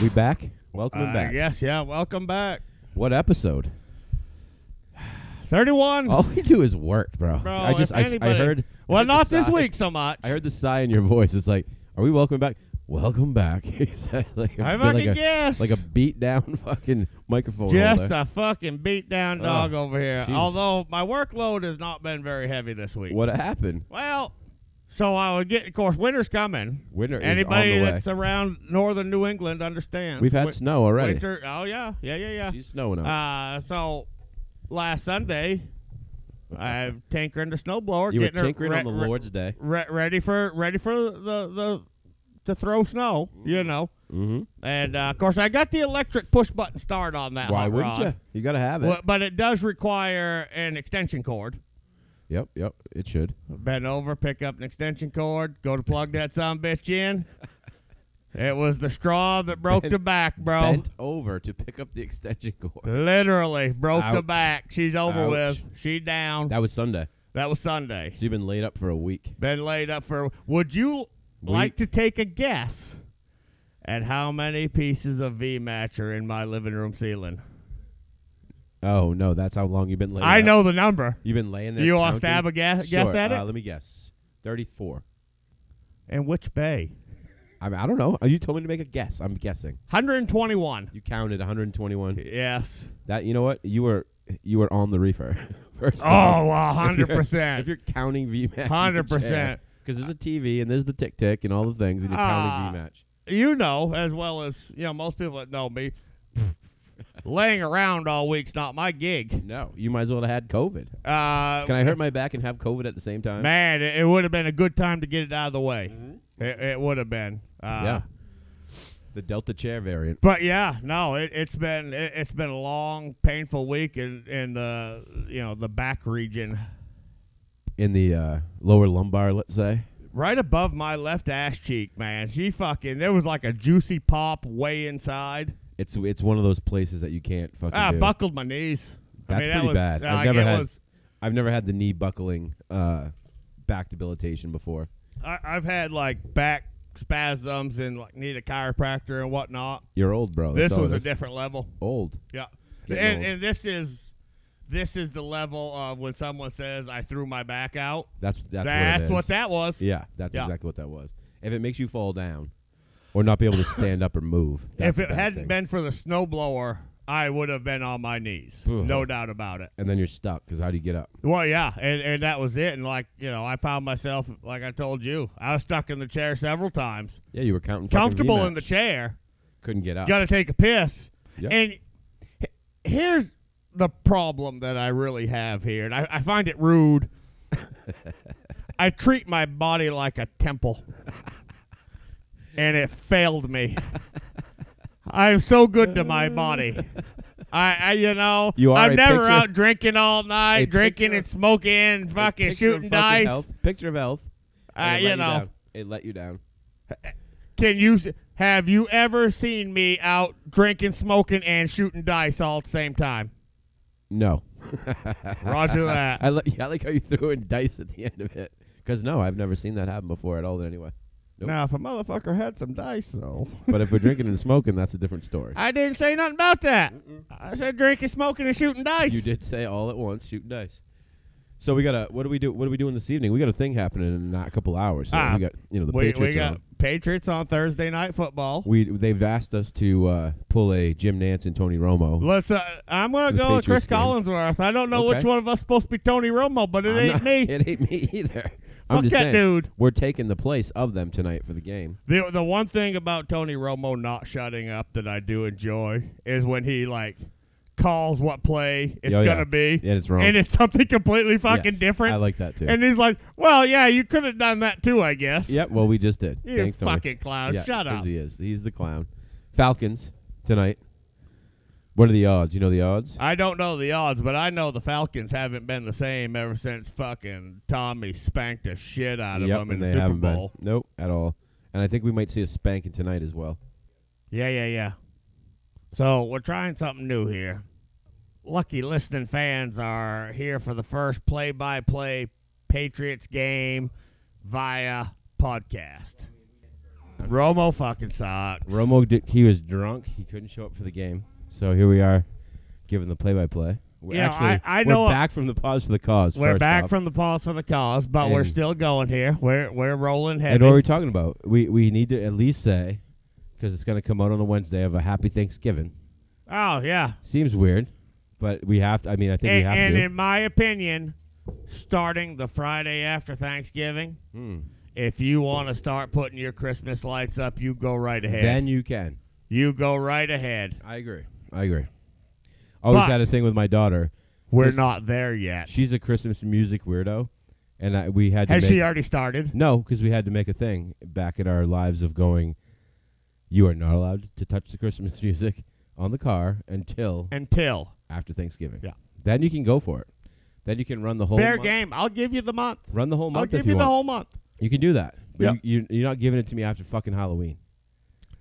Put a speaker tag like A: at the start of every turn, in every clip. A: We back? Welcome
B: I
A: back.
B: guess, Uh, yeah. Welcome back.
A: What episode?
B: 31.
A: All we do is work, bro.
B: Bro,
A: Oh, I just
B: if
A: I, s- I
B: anybody-
A: heard. I
B: Well,
A: heard the
B: not this
A: sigh-
B: week so much.
A: I heard the sigh in your voice. It's like, are we welcome back? Welcome back. He said, like a-
B: I
A: feel
B: fucking
A: like a,
B: guess.
A: like a beat down fucking microphone.
B: just
A: holder.
B: a fucking beat down
A: Oh,
B: dog over here.
A: Jesus.
B: Although my workload has not been very heavy this week.
A: What happened?
B: Well, so I would get. Of course, winter's coming.
A: Winter is on
B: Anybody
A: the way.
B: that's around northern New England understands.
A: We've had
B: Wi-
A: snow already.
B: Winter. Oh yeah, yeah, yeah, yeah.
A: She's snowing up.
B: Uh, so last Sunday, I'm tinkering the snowblower,
A: Uh, you were
B: getting her
A: tinkering on the
B: re- re-
A: Lord's day.
B: re- ready for ready for the the to throw snow, you know.
A: Mm-hmm.
B: And uh, of course, I got the electric push button start on that.
A: Why
B: hot
A: wouldn't
B: rod.
A: you? You gotta have it.
B: Well, but it does require an extension cord.
A: Yep, yep. It should.
B: Bend over, pick up an extension cord, go to plug that some bitch in. It was the straw that broke
A: Bent-
B: the back, bro.
A: Bent over to pick up the extension cord.
B: Literally broke the
A: Ouch.
B: back. She's over
A: Ouch.
B: with. She down.
A: That was Sunday.
B: That was Sunday.
A: So you've been laid up for a week.
B: Been laid up for. Would you
A: We-
B: like to take a guess at how many pieces of V match are in my living room ceiling?
A: Oh no, that's how long you've been laid.
B: I
A: up.
B: know the number.
A: You've been laying there.
B: You want to
A: counting?
B: stab a guess, guess
A: Sure,
B: at it?
A: Uh, let me guess. Thirty-four.
B: and which bay?
A: I mean, I don't know. Uh, You told me to make a guess. I'm guessing.
B: 121.
A: You counted 121.
B: Yes.
A: That you know what? You were you were on the reefer. First off.
B: Oh, well,
A: If you're-
B: 100%.
A: If you're counting VMAX.
B: 100%.
A: Because there's a TV and there's the tick tick and all the things and you're
B: Ah.
A: counting VMAX.
B: you know as well as you know most people that know me laying around all week's not my gig
A: No, you might as well have had COVID.
B: uh
A: Can I hurt my back and have COVID at the same time?
B: man it, it would have been a good time to get it out of the way it, it would have been uh
A: Mm-hmm. yeah. The Delta chair variant.
B: but yeah no it, it's been it, it's been a long painful week in in the you know the back region
A: in the uh, lower lumbar, let's say.
B: right above my left ass cheek man she fucking there was like a juicy pop way inside Ah,
A: It's it's one of those places that you can't fucking
B: i
A: do.
B: buckled my knees
A: That's
B: I mean,
A: pretty
B: that was,
A: bad. I've
B: like,
A: never
B: it
A: had
B: was-
A: I've never had the knee buckling uh, back debilitation before.
B: I, I've had like back spasms and like need a chiropractor and whatnot.
A: You're old, bro. That's
B: this
A: Oh, all
B: was
A: it
B: a
A: is.
B: different level.
A: old.
B: Yeah,
A: Getting
B: and
A: old.
B: and this is this is the level of when someone says I threw my back out.
A: That's that's,
B: That's,
A: what, it is.
B: what, that was.
A: Yeah, that's
B: Yeah.
A: exactly what that was. If it makes you fall down or not be able to stand up or move, that's
B: if
A: a
B: it
A: bad
B: hadn't
A: thing.
B: been for the snowblower, I would have been on my knees.
A: Ugh.
B: No doubt about it.
A: and then you're stuck because how do you get up?
B: Well, yeah, and, and that was it. And like you know, I found myself like I told you, I was stuck in the chair several times,
A: Yeah, you were counting. fucking
B: comfortable in the
A: VMAX.
B: chair.
A: Couldn't get up.
B: got to take a piss.
A: Yep.
B: And h- here's the problem that I really have here, and I, I find it rude. I treat my body like a temple, and it failed me. I'm so good to my body. I, I you know,
A: You are
B: I'm
A: a
B: never
A: picture-
B: out drinking all night,
A: a
B: drinking
A: picture-
B: and smoking, and
A: A
B: fucking
A: picture of
B: shooting
A: fucking
B: dice.
A: Health, picture of health.
B: Uh,
A: and it
B: you
A: let
B: know.
A: down. it let you down.
B: Can you s- have you ever seen me out drinking, smoking, and shooting dice all at the same time?
A: No.
B: Roger that.
A: I, li- yeah, I like how you threw in dice at the end of it. Because, no, I've never seen that happen before at all, anyway. Nope.
B: Now, if a motherfucker had some dice, though.
A: But if we're drinking and smoking, that's a different story.
B: I didn't say nothing about that. I said drinking, smoking, and shooting dice.
A: You did say all at once, shooting dice. So we got a what do we do? What are we doing this evening? We got a thing happening in not a couple hours. So
B: Ah.
A: we got you know the
B: we, we
A: Patriots.
B: got
A: on.
B: Patriots on Thursday night football.
A: We they've asked us to uh, pull a Jim Nance and Tony Romo.
B: Let's. Uh, I'm gonna
A: The
B: go with Chris
A: Patriots game.
B: Collinsworth. I don't know which
A: Okay.
B: one of us is supposed to be Tony Romo, but it
A: I'm
B: ain't
A: not-
B: me.
A: It ain't me either.
B: Fuck
A: I'm just
B: that
A: saying,
B: dude.
A: We're taking the place of them tonight for the game.
B: The the one thing about Tony Romo not shutting up that I do enjoy is when he like calls what play it's
A: Oh, yeah.
B: gonna be,
A: Yeah, it's wrong.
B: and it's something completely fucking
A: Yes,
B: different.
A: I like that too.
B: and he's like, "Well, yeah, you could have done that too, I guess."
A: Yep. Well, we just did.
B: You
A: Thanks, Tony.
B: fucking clown.
A: Yeah,
B: Oh, Shut
A: 'cause
B: up.
A: He is. He's the clown. Falcons tonight. What are the odds? You know the odds?
B: I don't know the odds, but I know the Falcons haven't been the same ever since fucking Tommy spanked the shit out of
A: Yep,
B: them in
A: and
B: the
A: they
B: Super
A: haven't been.
B: Bowl.
A: Nope, at all. And I think we might see a spanking tonight as well.
B: Yeah, yeah, yeah. So we're trying something new here. Lucky listening fans are here for the first play by play Patriots game via podcast. Romo fucking sucks.
A: Romo, did, he was drunk. He couldn't show up for the game. So here we are, giving the play-by-play. We're
B: You know,
A: actually,
B: I- I
A: we're
B: know-
A: back from the pause for the cause.
B: We're
A: first
B: back
A: off.
B: from the pause for the cause, but we're
A: And-
B: still going here. We're we're rolling
A: And
B: heavy.
A: what are we talking about? We we need to at least say, because it's going to come out on a Wednesday of a happy Thanksgiving.
B: oh yeah,
A: Seems weird, but we have to. I mean, I think
B: and,
A: we have
B: and
A: to.
B: in my opinion, starting the Friday after Thanksgiving,
A: Hmm.
B: if you want to start putting your Christmas lights up, you go right ahead.
A: Then you can.
B: you go right ahead.
A: I agree. I agree. Always
B: But-
A: had a thing with my daughter.
B: We're
A: Just-
B: not there yet.
A: She's a Christmas music weirdo, and I, we had to.
B: Has
A: make,
B: she already started?
A: No, because we had to make a thing back in our lives of going. You are not allowed to touch the Christmas music on the car until
B: Until
A: after Thanksgiving.
B: Yeah.
A: Then you can go for it. Then you can run the whole
B: fair
A: month-
B: game. I'll give you the month.
A: Run the whole month
B: I'll give
A: if
B: you,
A: you,
B: the
A: want.
B: whole month.
A: you can do that. But
B: Yep.
A: you, you, you're not giving it to me after fucking Halloween.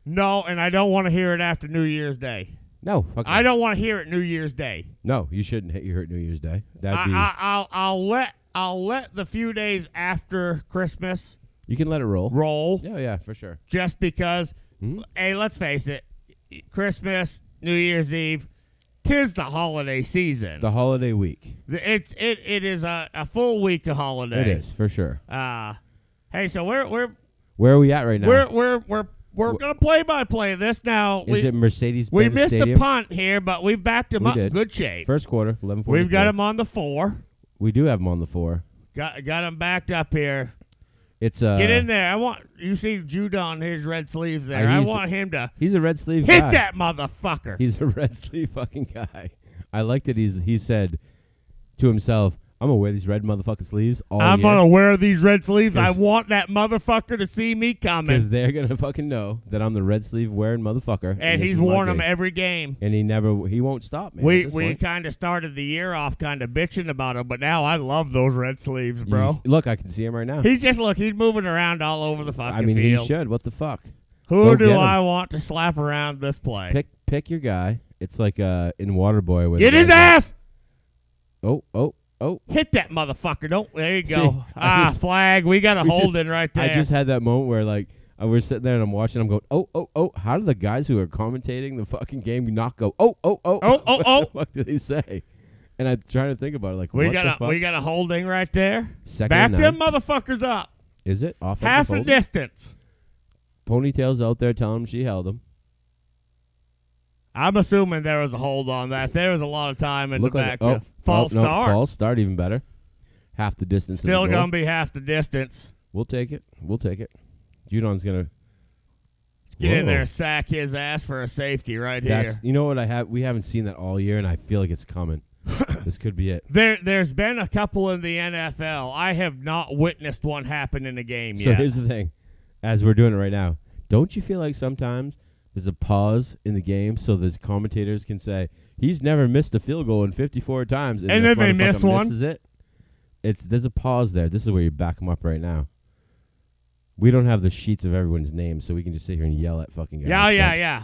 B: No, and I don't want to hear it after New Year's Day.
A: No, fuck
B: I
A: no.
B: don't want to hear it New Year's Day.
A: No, you shouldn't hit your New Year's Day. That'd be
B: I, I, I'll I'll let I'll let the few days after Christmas
A: you can let it roll.
B: roll
A: Yeah, yeah, for sure.
B: just because.
A: Mhm.
B: Hey, let's face it, Christmas, New Year's Eve, tis the holiday season.
A: The holiday week.
B: it's it it is a, a full week of holidays.
A: It is for sure.
B: Uh, hey, so we're we're
A: Where are we at right now?
B: we're we're we're we're
A: Wh-
B: gonna play by play this now.
A: Is
B: we
A: it Mercedes?
B: we missed
A: Stadium?
B: a punt here, but we've backed him
A: We
B: up
A: did.
B: good shape.
A: First quarter, eleven forty.
B: We've got him on the four.
A: We do have him on the four.
B: Got got him backed up here.
A: It's uh,
B: Get in there. I want you see Jude on his red sleeves there.
A: Uh,
B: I
A: he's-
B: want him to
A: He's a red sleeve.
B: hit
A: guy.
B: that motherfucker.
A: He's a red sleeve fucking guy. I like that he's he said to himself, "I'm gonna wear these red motherfucking sleeves all
B: I'm
A: year
B: gonna wear these red sleeves. I
A: Cause-
B: want that motherfucker to see me coming.
A: because they're gonna fucking know that I'm the red sleeve wearing motherfucker."
B: And
A: this
B: he's
A: is my
B: worn them
A: gig."
B: every game.
A: and he never he won't stop me.
B: we we kind of started the year off kind of bitching about him, but now I love those red sleeves, bro.
A: look, I can see him right now.
B: He's just look. He's moving around all over the fucking
A: Mm. I mean,
B: field.
A: he should. What the fuck?
B: Who
A: Go get
B: do
A: him.
B: I want to slap around this play?
A: Pick pick your guy. It's like uh in Waterboy with
B: Get his ass!
A: Oh oh oh.
B: Hit that motherfucker! Don't. There you go.
A: See, I
B: ah,
A: just-
B: flag. We got a
A: we just-
B: holding right there.
A: I just had that moment where like I was sitting there and I'm watching. I'm going oh oh oh. How do the guys who are commentating the fucking game not go oh oh oh
B: Oh, oh,
A: what
B: oh.
A: The fuck do they say? And I'm trying to think about it. Like
B: We
A: what the
B: got a
A: fuck? uh,
B: we got a holding right there.
A: Second
B: Back
A: and nine.
B: them motherfuckers up.
A: Is it offensive
B: Half a
A: holding?
B: distance.
A: Ponytails out there telling him she held him.
B: I'm assuming there was a hold on that. There was a lot of time in
A: Look
B: the
A: like
B: back.
A: a, oh,
B: to- false
A: oh, no,
B: start.
A: False start even better. Half the distance. of the
B: Still
A: goal.
B: gonna be half the distance.
A: We'll take it. We'll take it. Judon's gonna
B: Get in
A: Whoa.
B: there, sack his ass for a safety right
A: That's
B: here.
A: you know what I have. We haven't seen that all year, and I feel like it's coming. this could be it.
B: There, there's been a couple in the NFL. I have not witnessed one happen in a game
A: So
B: yet.
A: here's the thing: as we're doing it right now, don't you feel like sometimes there's a pause in the game so the commentators can say he's never missed a field goal in 54 times,
B: And
A: the
B: then they
A: motherfucker
B: miss one?
A: misses it. It's there's a pause there. This is where you back them up right now. We don't have the sheets of everyone's names, so we can just sit here and yell at fucking guys.
B: yeah,
A: but-
B: yeah, yeah.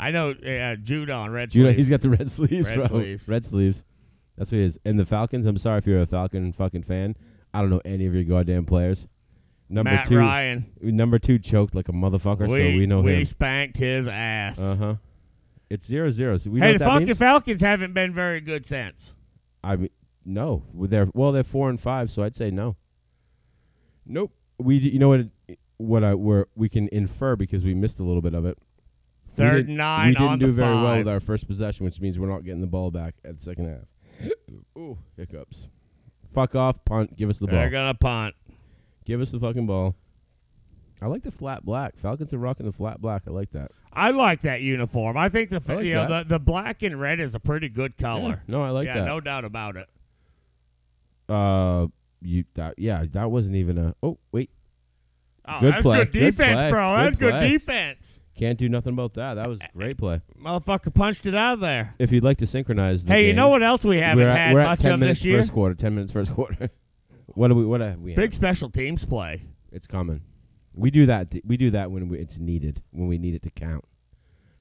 B: I know uh, Jude on red
A: Judah,
B: sleeves.
A: he's got the red sleeves,
B: Red
A: bro.
B: sleeves.
A: Red sleeves. That's what it is. And the Falcons, I'm sorry if you're a Falcon fucking fan. I don't know any of your goddamn players. Number
B: Matt
A: two
B: Ryan.
A: number two choked like a motherfucker,
B: we,
A: so we know
B: we
A: him.
B: spanked his ass.
A: Uh huh. It's zero zero. So we know what
B: hey, the
A: that
B: fucking
A: means?
B: Falcons haven't been very good since.
A: I mean, no. Well, They're well, they're four and five, so I'd say no. Nope. We d- you know what it- what I were we can infer because we missed a little bit of it. We
B: Third
A: didn't-
B: nine
A: We didn't
B: on
A: do
B: the
A: very
B: five.
A: well with our first possession, which means we're not getting the ball back at the second half. Ooh, hiccups. Fuck off, punt. Give us the
B: They're
A: ball.
B: gonna punt.
A: Give us the fucking ball. I like the flat black. Falcons are rocking the flat black. I like that.
B: I like that uniform. I think the
A: I like
B: you know the,
A: that.
B: the black and red is a pretty good color.
A: Yeah. No, I like
B: yeah,
A: that.
B: no doubt about it.
A: Uh, you that yeah, that wasn't even a. Oh wait,
B: Oh,
A: Good
B: that's
A: play.
B: good
A: Good
B: defense,
A: play.
B: bro.
A: Good
B: That's good
A: play.
B: defense.
A: can't do nothing about that. That was a great play.
B: Motherfucker punched it out of there.
A: If you'd like to synchronize, the
B: hey, you
A: game,
B: know what else we haven't
A: we're at,
B: had
A: we're at
B: much
A: ten
B: of
A: minutes
B: this year?
A: first quarter. Ten minutes first quarter. what do we? What have we? had?
B: Big special teams play.
A: It's common. We do that. We do that when we, it's needed. When we need it to count.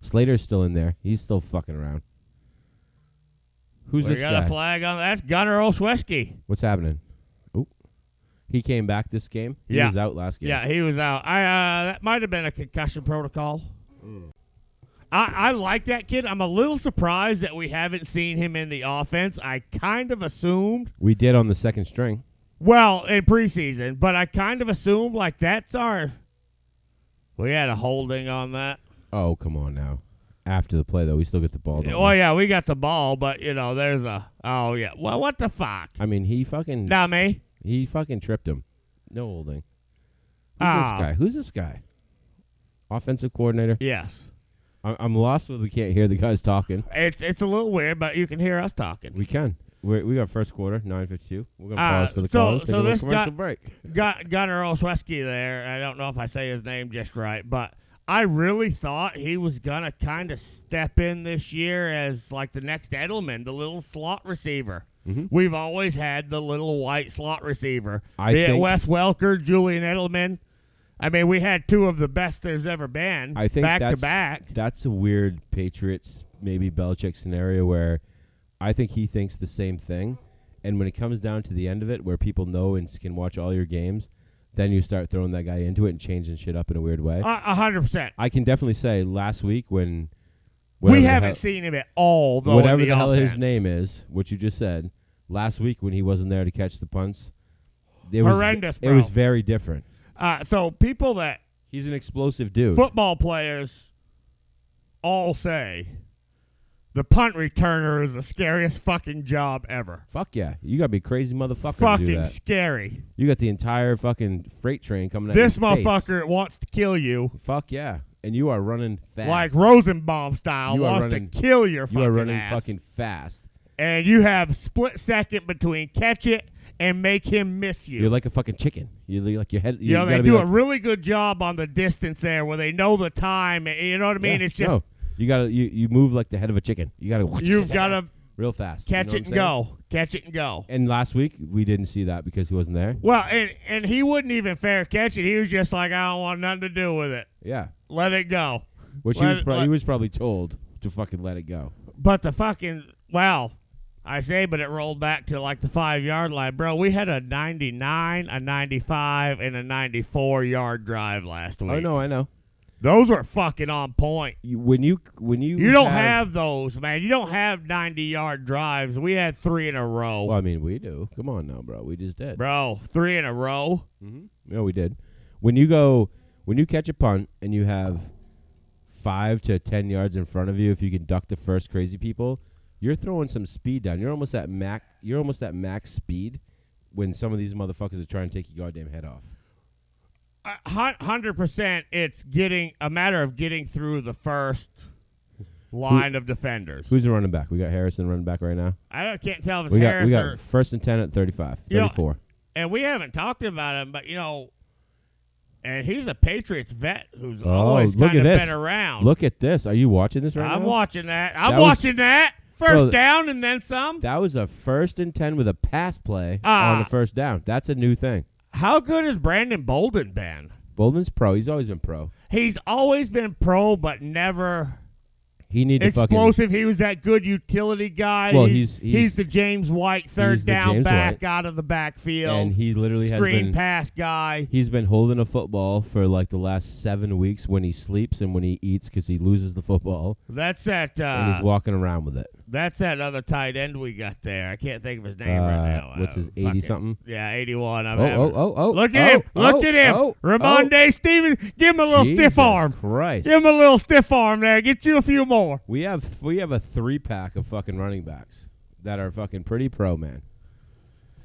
A: Slater's still in there. He's still fucking around. Who's
B: we
A: this
B: got
A: guy?
B: a flag on. That's Gunnar Olszewski.
A: What's happening? Oh, He came back this game. He
B: Yeah.
A: was out last game.
B: Yeah, he was out. I uh, that might have been a concussion protocol.
A: Hmm.
B: I, I like that kid. I'm a little surprised that we haven't seen him in the offense. I kind of assumed,
A: We did on the second string.
B: well, in preseason, but I kind of assumed like that's our. We had a holding on that.
A: Oh, come on now. After the play, though, we still get the ball. don't
B: Oh
A: we?
B: yeah, we got the ball, but you know, there's a. Oh yeah. Well, what the fuck,
A: I mean, he fucking
B: dummy?
A: he fucking tripped him. No holding. Who's
B: Ah.
A: this guy? Who's this guy? Offensive coordinator.
B: Yes.
A: I- I'm lost because we can't hear the guys talking.
B: It's it's a little weird, but you can hear us talking.
A: We can. We're, we got first quarter, 9.52. We're going to
B: Uh,
A: pause for the
B: so-
A: calls, take a
B: so
A: little
B: this
A: commercial
B: guy-
A: break.
B: got Gunnar Olszewski there. I don't know if I say his name just right, but I really thought he was gonna kind of step in this year as like the next Edelman, the little slot receiver.
A: Mhm.
B: We've always had the little white slot receiver.
A: I
B: be it
A: think-
B: Wes Welker, Julian Edelman. I mean, we had two of the best there's ever been.
A: I think
B: back to
A: that's-
B: back.
A: That's a weird Patriots, maybe Belichick scenario where I think he thinks the same thing. And when it comes down to the end of it, where people know and s- can watch all your games, then you start throwing that guy into it and changing shit up in a weird way.
B: A a hundred percent.
A: I can definitely say last week when. whatever
B: We
A: the
B: haven't
A: hell-
B: seen him at all, though. in
A: whatever the, hell his
B: offense.
A: name is, what you just said last week when he wasn't there to catch the punts, it
B: Horrendous,
A: Was, It was
B: bro.
A: very different.
B: Uh, so people that
A: He's an explosive dude.
B: football players all say the punt returner is the scariest fucking job ever.
A: Fuck yeah, you gotta be a crazy motherfucker to do
B: Fucking
A: that.
B: scary.
A: You got the entire fucking freight train coming at
B: This
A: your face.
B: motherfucker wants to kill you
A: Fuck yeah, and you are running fast.
B: like Rosenbaum style.
A: You are
B: wants
A: running-
B: to kill your fucking
A: you are running
B: ass.
A: fucking fast.
B: and you have split second between catch it and make him miss you.
A: You're like a fucking chicken. You li- like your head. You,
B: you know
A: gotta
B: they
A: be
B: do
A: like,
B: a really good job on the distance there, where they know the time. and- You know what I mean?
A: Yeah,
B: it's just
A: no. you gotta you, you move like the head of a chicken. You gotta
B: you've got to
A: real fast. You
B: catch
A: know what I'm
B: it and
A: saying?
B: go, catch it and go.
A: And last week we didn't see that because he wasn't there.
B: Well, and and he wouldn't even fair catch it. He was just like, I don't want nothing to do with it.
A: Yeah,
B: Let it go.
A: which
B: Let
A: he was
B: it-
A: pro-
B: let-
A: he was probably told to fucking let it go.
B: But the fucking well, I say, but it rolled back to like the five yard line, bro. We had a ninety nine, a ninety five, and a ninety four yard drive last week.
A: I know, I know.
B: Those were fucking on point.
A: You, when you when you
B: You don't have those, man. You don't have ninety yard drives. We had three in a row,
A: Well, I mean, we do. Come on now, bro. We just did.
B: bro. Three in a row.
A: No, we did. When you go, when you catch a punt and you have five to ten yards in front of you, if you can duck the first crazy people, you're throwing some speed down. You're almost at max. You're almost at max speed when some of these motherfuckers are trying to take your goddamn head off.
B: Uh, hundred percent. It's getting a matter of getting through the first line of defenders.
A: Who's the running back? We got Harrison running back right now.
B: I don't- can't tell if it's
A: We got
B: Harris
A: we
B: or
A: got first and ten at 35,
B: You know,
A: 34.
B: and we haven't talked about him, but you know, and he's a Patriots vet who's
A: Oh,
B: always
A: look
B: kind of
A: at this.
B: been around.
A: Look at this. Are you watching this right
B: I'm
A: now?
B: watching that. I'm
A: That was-
B: watching that. First
A: Bro,
B: down and then some.
A: That was a first and ten with a pass play on
B: Ah.
A: the first down. That's a new thing.
B: How good has Brandon Bolden been?
A: Bolden's pro. He's always been pro.
B: He's always been pro, but never
A: He need to fucking
B: explosive. He was that good utility guy.
A: Well,
B: He-
A: he's- he's-
B: the James White third
A: he's the
B: down
A: James
B: back
A: White.
B: out of the backfield.
A: and he literally has
B: screen
A: been
B: pass guy.
A: he's been holding a football for like the last seven weeks when he sleeps and when he eats because he loses the football
B: That's that.
A: and he's
B: Uh,
A: walking around with it.
B: that's that other tight end we got there. I can't think of his name
A: Uh,
B: right now.
A: what's
B: Uh,
A: his
B: fuck
A: 80
B: it.
A: something?
B: Yeah, eighty-one. I'm
A: Oh
B: having-
A: oh oh oh!
B: Look at
A: oh,
B: him! Look
A: oh,
B: at him!
A: Oh,
B: Ramon
A: oh.
B: Day Stevens, give him a little stiff
A: Jesus
B: arm.
A: Christ!
B: Give him a little stiff arm there. Get you a few more.
A: We have we have a three pack of fucking running backs that are fucking pretty pro, man.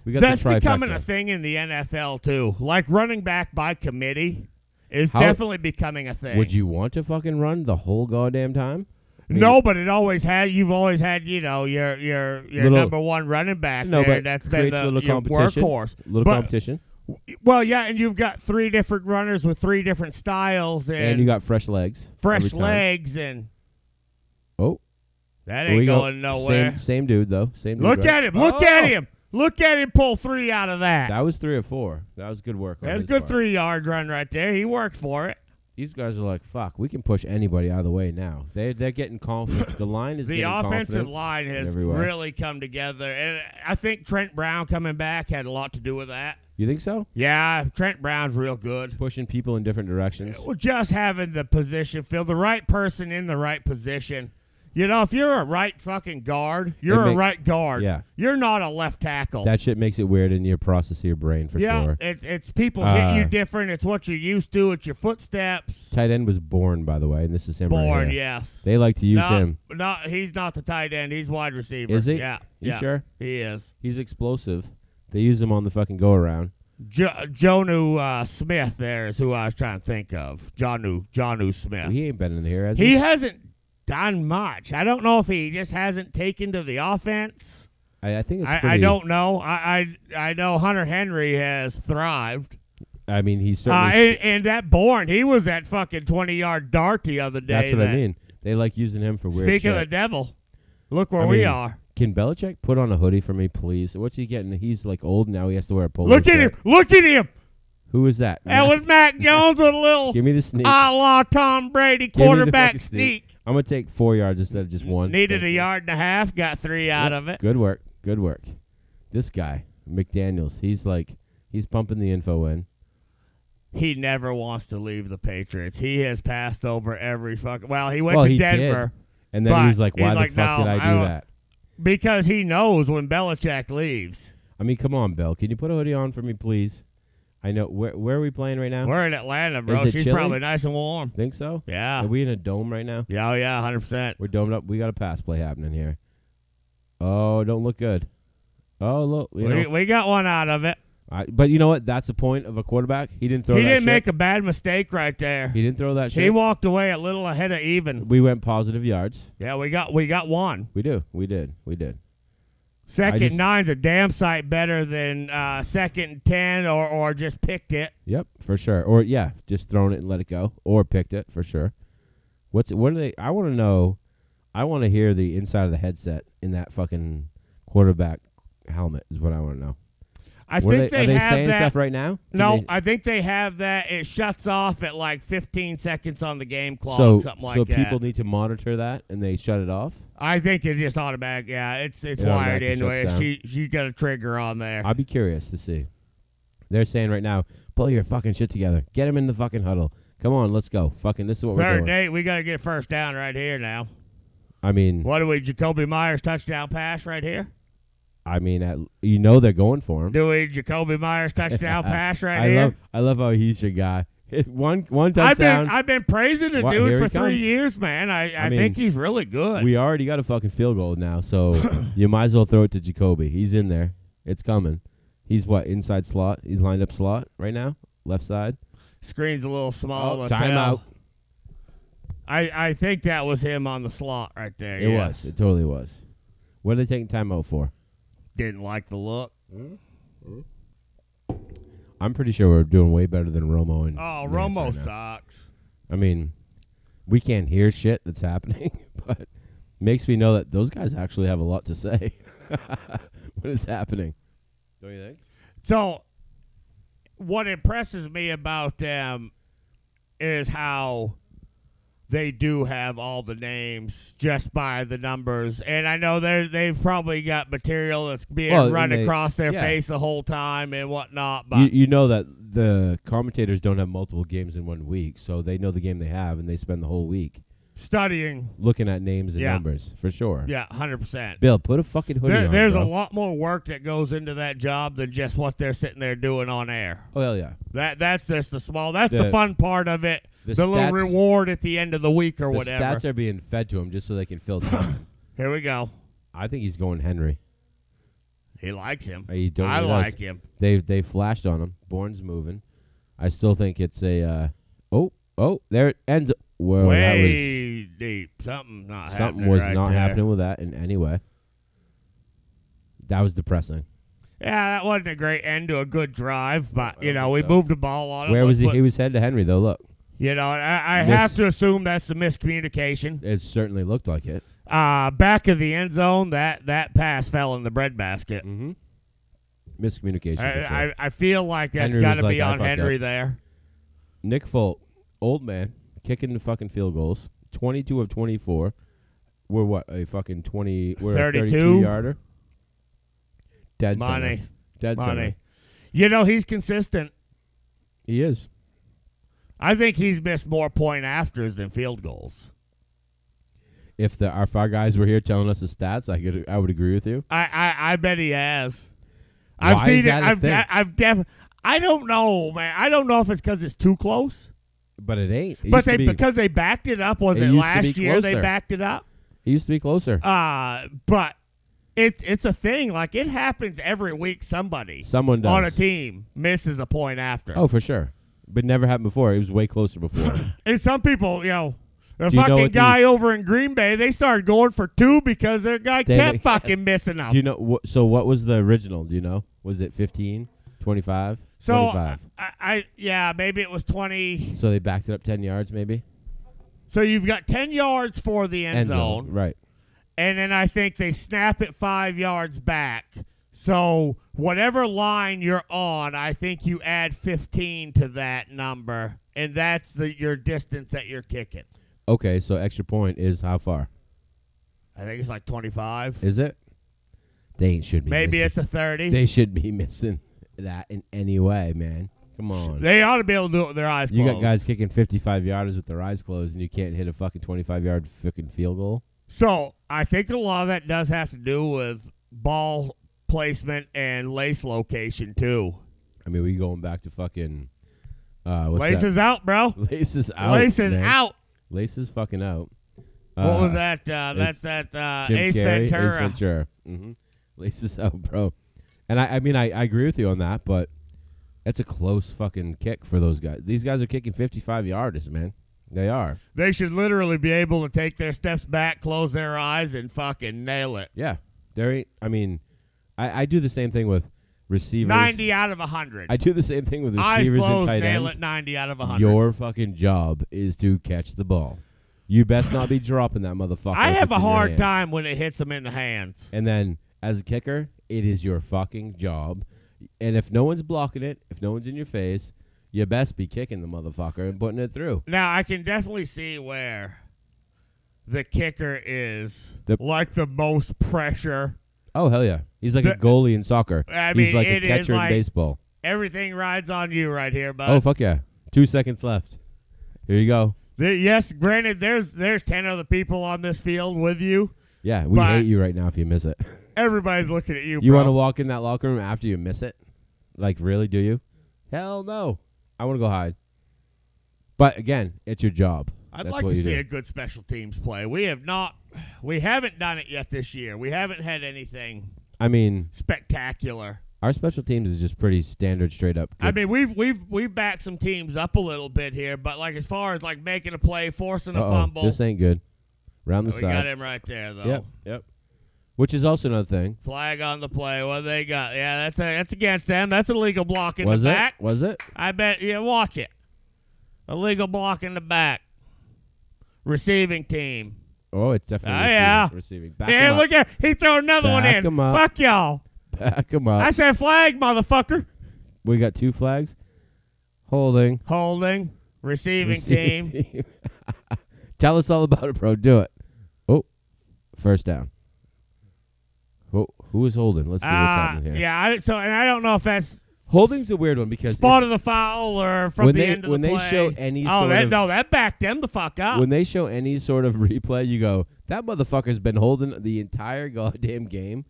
A: We got the
B: That's becoming
A: trifecta.
B: a thing in the NFL too. Like running back by committee is
A: How-
B: definitely becoming a thing.
A: Would you want to fucking run the whole goddamn time? I mean,
B: No, but it always had. You've always had, you know, your your your
A: Little-
B: number one running back.
A: No,
B: there.
A: but
B: that's been
A: creates
B: the
A: a little
B: your
A: competition.
B: workhorse.
A: Little
B: But-
A: competition,
B: Well, yeah, and you've got three different runners with three different styles and,
A: and, you got fresh legs. every
B: fresh
A: time.
B: legs, and
A: Oh,
B: that
A: here we
B: ain't
A: go.
B: going nowhere.
A: Same, same dude though. Same. Dude,
B: Look
A: right?
B: at him! Look at
A: Oh!
B: him! Look at him pull three out of that.
A: That was three or four. That was good work. on
B: That's
A: his
B: good
A: part.
B: three yard run right there. He worked for it.
A: these guys are like, fuck, we can push anybody out of the way now. They they're getting confidence. the line is
B: The
A: getting
B: offensive
A: confidence
B: line
A: in
B: has
A: every way.
B: really come together, and I think Trent Brown coming back had a lot to do with that.
A: You think so?
B: Yeah, Trent Brown's real good.
A: Pushing people in different directions.
B: Well, just having the position fill the right person in the right position. You know, if you're a right fucking guard, you're
A: It
B: a
A: make-
B: right guard.
A: yeah.
B: You're not a left tackle.
A: That shit makes it weird in your process of your brain for
B: yeah,
A: sure.
B: it, it's people
A: Uh,
B: hit you different. It's what you're used to. It's your footsteps.
A: Tight end was born, by the way, and this is him. right
B: Born,
A: here.
B: yes.
A: They like to use
B: no,
A: him.
B: no, he's not the tight end. He's wide receiver.
A: Is he?
B: Yeah.
A: You
B: yeah,
A: sure?
B: He is.
A: He's explosive. They use him on the fucking go around.
B: Jo- Jonu uh, Smith there is who I was trying to think of. Jonu, Jonu Smith.
A: He ain't been in here, has
B: He
A: he?
B: hasn't done much. I don't know if he just hasn't taken to the offense.
A: I, I think it's pretty,
B: I, I don't know. I, I I know Hunter Henry has thrived.
A: I mean, he's
B: Uh,
A: certainly.
B: and, and that Bourne, he was that fucking twenty yard dart the other day.
A: that's what I
B: that-
A: mean. They like using him for weird. shit.
B: Speaking of the devil, look where
A: I
B: we
A: mean,
B: are.
A: Can Belichick put on a hoodie for me, please? What's he getting? He's like old now. He has to wear a polo.
B: Look at
A: shirt.
B: him! Look at him!
A: Who is that?
B: That was Mac Jones with a little
A: Give me the sneak.
B: a la Tom Brady
A: Give me the
B: quarterback
A: fucking
B: sneak.
A: I'm gonna take four yards instead of just one.
B: Needed
A: Thank
B: a
A: you.
B: yard and a half, got three out of it.
A: Good work. Good work. This guy McDaniel's. He's like he's pumping the info in.
B: he never wants to leave the Patriots. He has passed over every fucking. Well, he went
A: well,
B: to
A: he
B: Denver
A: did. And then
B: but
A: he's like,
B: he's
A: "Why the
B: like,
A: fuck
B: "No,
A: did I
B: I
A: do
B: don't-
A: that?"
B: because he knows when Belichick leaves.
A: I mean, come on, Bill. Can you put a hoodie on for me, please? I know where where are we playing right now?
B: We're in Atlanta, bro.
A: it
B: She's
A: chilly?
B: probably nice and warm.
A: Think so?
B: Yeah.
A: Are we in a dome right now?
B: yeah, oh, yeah, 100%.
A: We're domed up. We got a pass play happening here. Oh, don't look good. Oh, look. You
B: we,
A: know,
B: we got one out of it.
A: I, but you know what? That's the point of a quarterback. He didn't throw
B: He
A: that
B: didn't
A: shit.
B: make a bad mistake right there.
A: he didn't throw that
B: He
A: shit.
B: walked away a little ahead of even.
A: we went positive yards.
B: Yeah, we got we got one.
A: We do. We did. We did.
B: Second
A: just-
B: nine's a damn sight better than uh, second and ten or, or just picked it.
A: Yep, for sure. Or yeah, just thrown it and let it go, or picked it for sure. What's what are they? I want to know. I want to hear the inside of the headset in that fucking quarterback helmet is what I want to know.
B: I
A: What are
B: think
A: they, are they
B: have
A: saying
B: that.
A: stuff right now? Can
B: No,
A: they-
B: I think they have that. It shuts off at like 15 seconds on the game clock,
A: so
B: something like
A: so
B: that.
A: people need to monitor that and they shut it off.
B: I think it just automatic. Yeah, it's it's
A: It
B: wired
A: automatically
B: into it.
A: shuts
B: She she got a trigger on there.
A: I'd be curious to see. They're saying right now, pull your fucking shit together. Get him in the fucking huddle. Come on, let's go. Fucking this is what we're
B: Third
A: doing.
B: date, we got to get first down right here now.
A: I mean,
B: What do we, Jacoby Myers touchdown pass right here?
A: I mean, at, you know they're going for him.
B: Do we, Jacoby Myers touchdown pass right
A: I
B: here?
A: love, I love how he's your guy. one, one
B: I've
A: touchdown.
B: been I've been praising the
A: What,
B: dude
A: here
B: for
A: he
B: three
A: comes.
B: years, man. I, I,
A: mean,
B: think he's really good.
A: we already got a fucking field goal now, so you might as well throw it to Jacoby. He's in there. It's coming. He's what inside slot. He's lined up slot right now, left side.
B: Screen's a little small.
A: Oh,
B: to tell.
A: timeout.
B: I, I think that was him on the slot right there.
A: It was.
B: yes.
A: It totally was. What are they taking timeout for?
B: Didn't like the look.
A: I'm pretty sure we're doing way better than Romo and.
B: Oh,
A: Nance
B: Romo
A: right now.
B: sucks.
A: I mean, we can't hear shit that's happening, but makes me know that those guys actually have a lot to say when it's happening. Don't you think?
B: So, what impresses me about them is how they do have all the names just by the numbers, and I know they they've probably got material that's being
A: Well,
B: run
A: and they-
B: across their
A: yeah.
B: face the whole time and whatnot. But
A: You, you know that the commentators don't have multiple games in one week, so they know the game they have, and they spend the whole week
B: studying,
A: looking at names and
B: Yeah.
A: numbers for sure.
B: yeah, hundred percent.
A: Bill, put a fucking hoodie
B: There,
A: on.
B: there's
A: bro.
B: a lot more work that goes into that job than just what they're sitting there doing on air.
A: Oh hell yeah!
B: That that's just the small. That's the,
A: The-
B: fun part of it. The,
A: the
B: little
A: stats-
B: reward at the end of the week or
A: The
B: whatever.
A: stats are being fed to him just so they can fill time.
B: Here we go.
A: I think he's going Henry.
B: He likes him.
A: Uh, you don't
B: I
A: realize-
B: like him.
A: They they flashed on him. Bourne's moving. I still think it's a uh, oh oh there it ends. Whoa, Oh, that
B: Way deep. Something not
A: was
B: happening.
A: something was
B: right
A: not
B: there.
A: happening with that in any way. That was depressing.
B: Yeah, that wasn't a great end to a good drive,
A: I
B: but
A: don't
B: you
A: think
B: know we
A: so.
B: moved the ball on. him.
A: Where was he?
B: Let's
A: He was headed to Henry though. Look,
B: put- You know, I, I
A: This-
B: have to assume that's the miscommunication.
A: it certainly looked like it.
B: Uh, back of the end zone, that that pass fell in the breadbasket.
A: Mm-hmm. Miscommunication. for sure.
B: I, I I feel like that's
A: Henry
B: got
A: was
B: to
A: like,
B: be
A: "I
B: on
A: fucked
B: Henry there.
A: Nick Folt old man kicking the fucking field goals. Twenty-two of twenty-four. We're what a fucking twenty. We're
B: 32?
A: a thirty-two yarder. Dead
B: Money.
A: center. Dead
B: Money.
A: center.
B: You know, he's consistent.
A: He is.
B: I think he's missed more point afters than field goals.
A: If the our five guys were here telling us the stats, I could I would agree with you.
B: I I, I bet he has. I've
A: Why
B: seen
A: is that
B: it.
A: a
B: I've
A: thing?
B: de- I've def- I don't know, man. I don't know if it's because it's too close,
A: But it ain't. It
B: but
A: used to
B: they
A: be,
B: because they backed it up. Was
A: It
B: it,
A: used to
B: last
A: be
B: year they
A: closer.
B: backed it up?
A: it used to be closer.
B: Uh but it's it's a thing. Like it happens every week. Somebody
A: Someone does
B: on a team misses a point after.
A: Oh, for sure. But never happened before. It was way closer before.
B: And some people, you know, the
A: Do you know
B: fucking
A: what the-
B: guy over in Green Bay, they started going for two because their guy
A: They-
B: kept
A: yes.
B: fucking missing them.
A: Do you know? Wh- so what was the original? Do you know? Was it 15, 25,
B: so uh,
A: 25?
B: I, I yeah, maybe it was twenty.
A: So they backed it up 10 yards, maybe?
B: So you've got ten yards for the end, zone,
A: Right.
B: and then I think they snap it five yards back. So whatever line you're on, I think you add fifteen to that number, and that's the your distance that you're kicking.
A: Okay, so extra point is how far?
B: I think it's like twenty-five.
A: Is it? They ain't should be
B: Maybe
A: missing.
B: it's a thirty.
A: They should be missing that in any way, man. Come on.
B: They ought to be able to do it with their eyes
A: You
B: closed.
A: got guys kicking 55 yarders with their eyes closed, and you can't hit a fucking 25 yard fucking field goal.
B: So I think a lot of that does have to do with ball placement and lace location too.
A: I mean, we going back to fucking. Uh, what's
B: lace
A: that?
B: is out, bro.
A: Laces out.
B: lace is
A: man.
B: out.
A: Laces fucking out.
B: what
A: Uh,
B: was that? Uh, that's
A: it's
B: that uh,
A: Jim
B: Ace
A: Carrey,
B: Ventura.
A: Ace Ventura. Mm-hmm. Laces out, bro. And I, I mean, I, I agree with you on that, but that's a close fucking kick for those guys. These guys are kicking 55 yarders, man. They are.
B: They should literally be able to take their steps back, close their eyes, and fucking nail it.
A: Yeah. There ain't, I mean, I, I do the same thing with receivers.
B: Ninety out of hundred.
A: I do the same thing with
B: Eyes
A: receivers and
B: closed,
A: tight
B: nail
A: ends.
B: it. Ninety out of hundred.
A: Your fucking job is to catch the ball. You best not be dropping that motherfucker.
B: I
A: if it's
B: have a
A: in your
B: hard
A: hand.
B: time when it hits them in the hands.
A: And then as a kicker, it is your fucking job. And if no one's blocking it, if no one's in your face, you best be kicking the motherfucker and putting it through.
B: Now I can definitely see where the kicker is
A: The-
B: like the most pressure.
A: Oh hell yeah. He's like a
B: The-
A: goalie in soccer.
B: I
A: He's
B: mean,
A: like a
B: it is
A: catcher
B: like- uh,
A: in baseball.
B: Everything rides on you right here, bud.
A: oh fuck yeah. Two seconds left. Here you go.
B: There- yes, granted, there's there's ten other people on this field with you.
A: Yeah, we
B: But-
A: hate you right now if you miss it.
B: Everybody's looking at you.
A: You
B: bro.
A: want to walk in that locker room after you miss it? Like really? Do you? Hell no. I want to go hide. But again, it's your job.
B: I'd
A: That's
B: like
A: what
B: to
A: you
B: see
A: do.
B: a good special teams play. We have not, we haven't done it yet this year. We haven't had anything
A: I mean,
B: spectacular.
A: our special teams is just pretty standard, straight up.
B: I
A: good
B: mean, we've we've we've backed some teams up a little bit here, but like as far as like making a play, forcing a
A: Uh-oh,
B: fumble,
A: This ain't good. Round the
B: we got
A: side.
B: him right there though.
A: Yep. Yep. Which is also another thing.
B: Flag on the play. What they got? Yeah, that's a, that's against them. That's illegal block in
A: was
B: the
A: it?
B: back.
A: Was it?
B: I bet. Yeah, watch it. Illegal block in the back. Receiving team.
A: Oh, it's definitely
B: Oh,
A: receiving.
B: yeah.
A: receiving. Back
B: yeah,
A: him
B: look at he threw another
A: Back
B: one in.
A: 'em up.
B: Fuck y'all.
A: up. Back him up.
B: I said flag, motherfucker.
A: we got two flags. Holding.
B: Holding. Receiving,
A: Receiving
B: team.
A: team. Tell us all about it, bro. Do it. Oh, first down. Oh, who is holding? Let's see what's
B: Ah,
A: happening here.
B: yeah. I, so and I don't know if that's
A: Holding's a weird one because
B: spot of the foul or from
A: when
B: the
A: they
B: end of
A: when
B: the
A: they
B: play.
A: show any
B: oh,
A: sort
B: that
A: of
B: no, that backed them the fuck up.
A: when they show any sort of replay, you go, that motherfucker's been holding the entire goddamn game.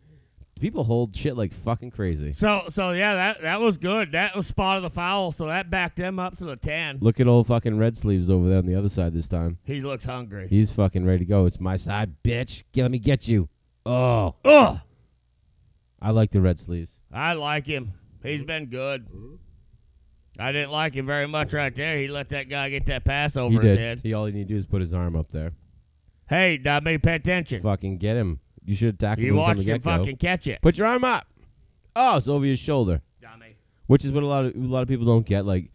A: People hold shit like fucking crazy.
B: so so yeah, that that was good. That was spot of the foul. So that backed them up to the ten.
A: Look at old fucking red sleeves over there on the other side this time.
B: He looks hungry.
A: He's fucking ready to go. It's my side, bitch. Get, let me get you. Oh,
B: Ugh.
A: I like the red sleeves.
B: I like him. He's been good. I didn't like him very much right there. He let that guy get that pass over
A: he
B: his
A: did.
B: head.
A: He all he need to do is put his arm up there.
B: Hey, Dobby, pay attention.
A: Fucking get him. You should attack him
B: You
A: from the
B: watched him
A: get-go.
B: fucking catch it.
A: Put your arm up. Oh, it's over your shoulder.
B: Dummy.
A: which is what a lot of a lot of people don't get. Like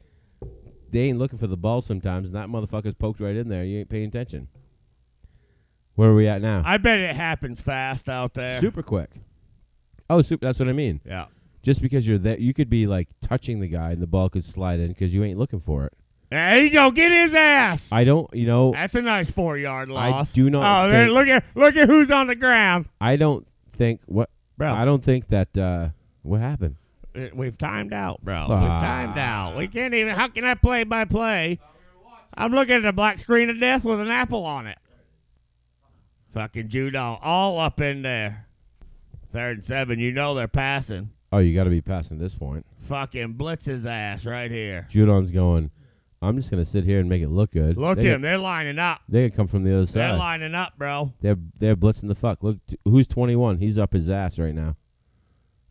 A: they ain't looking for the ball sometimes, and that motherfucker's poked right in there. You ain't paying attention. Where are we at now?
B: I bet it happens fast out there.
A: super quick. Oh, super. That's what I mean.
B: Yeah.
A: Just because you're there, you could be like touching the guy, and the ball could slide in because you ain't looking for it.
B: There you go. Get his ass.
A: I don't, you know,
B: That's a nice four yard loss.
A: do not
B: Oh, there,
A: think-
B: look at look at who's on the ground.
A: I don't think what
B: Bro.
A: I don't think that uh what happened.
B: Uh, We've timed out, bro.
A: Ah.
B: We've timed out. We can't even. How can I play by play? I'm looking at a black screen of death with an apple on it. Fucking Judo, all up in there. Third and seven. You know they're passing.
A: Oh, you got to be passing this point.
B: Fucking blitz his ass right here.
A: Judon's going. I'm just gonna sit here and make it look good.
B: Look
A: they
B: at
A: could-
B: him. They're lining up.
A: they could come from the other
B: They're
A: side.
B: lining up, bro.
A: They're they're blitzing the fuck. Look, t- who's 21? He's up his ass right now.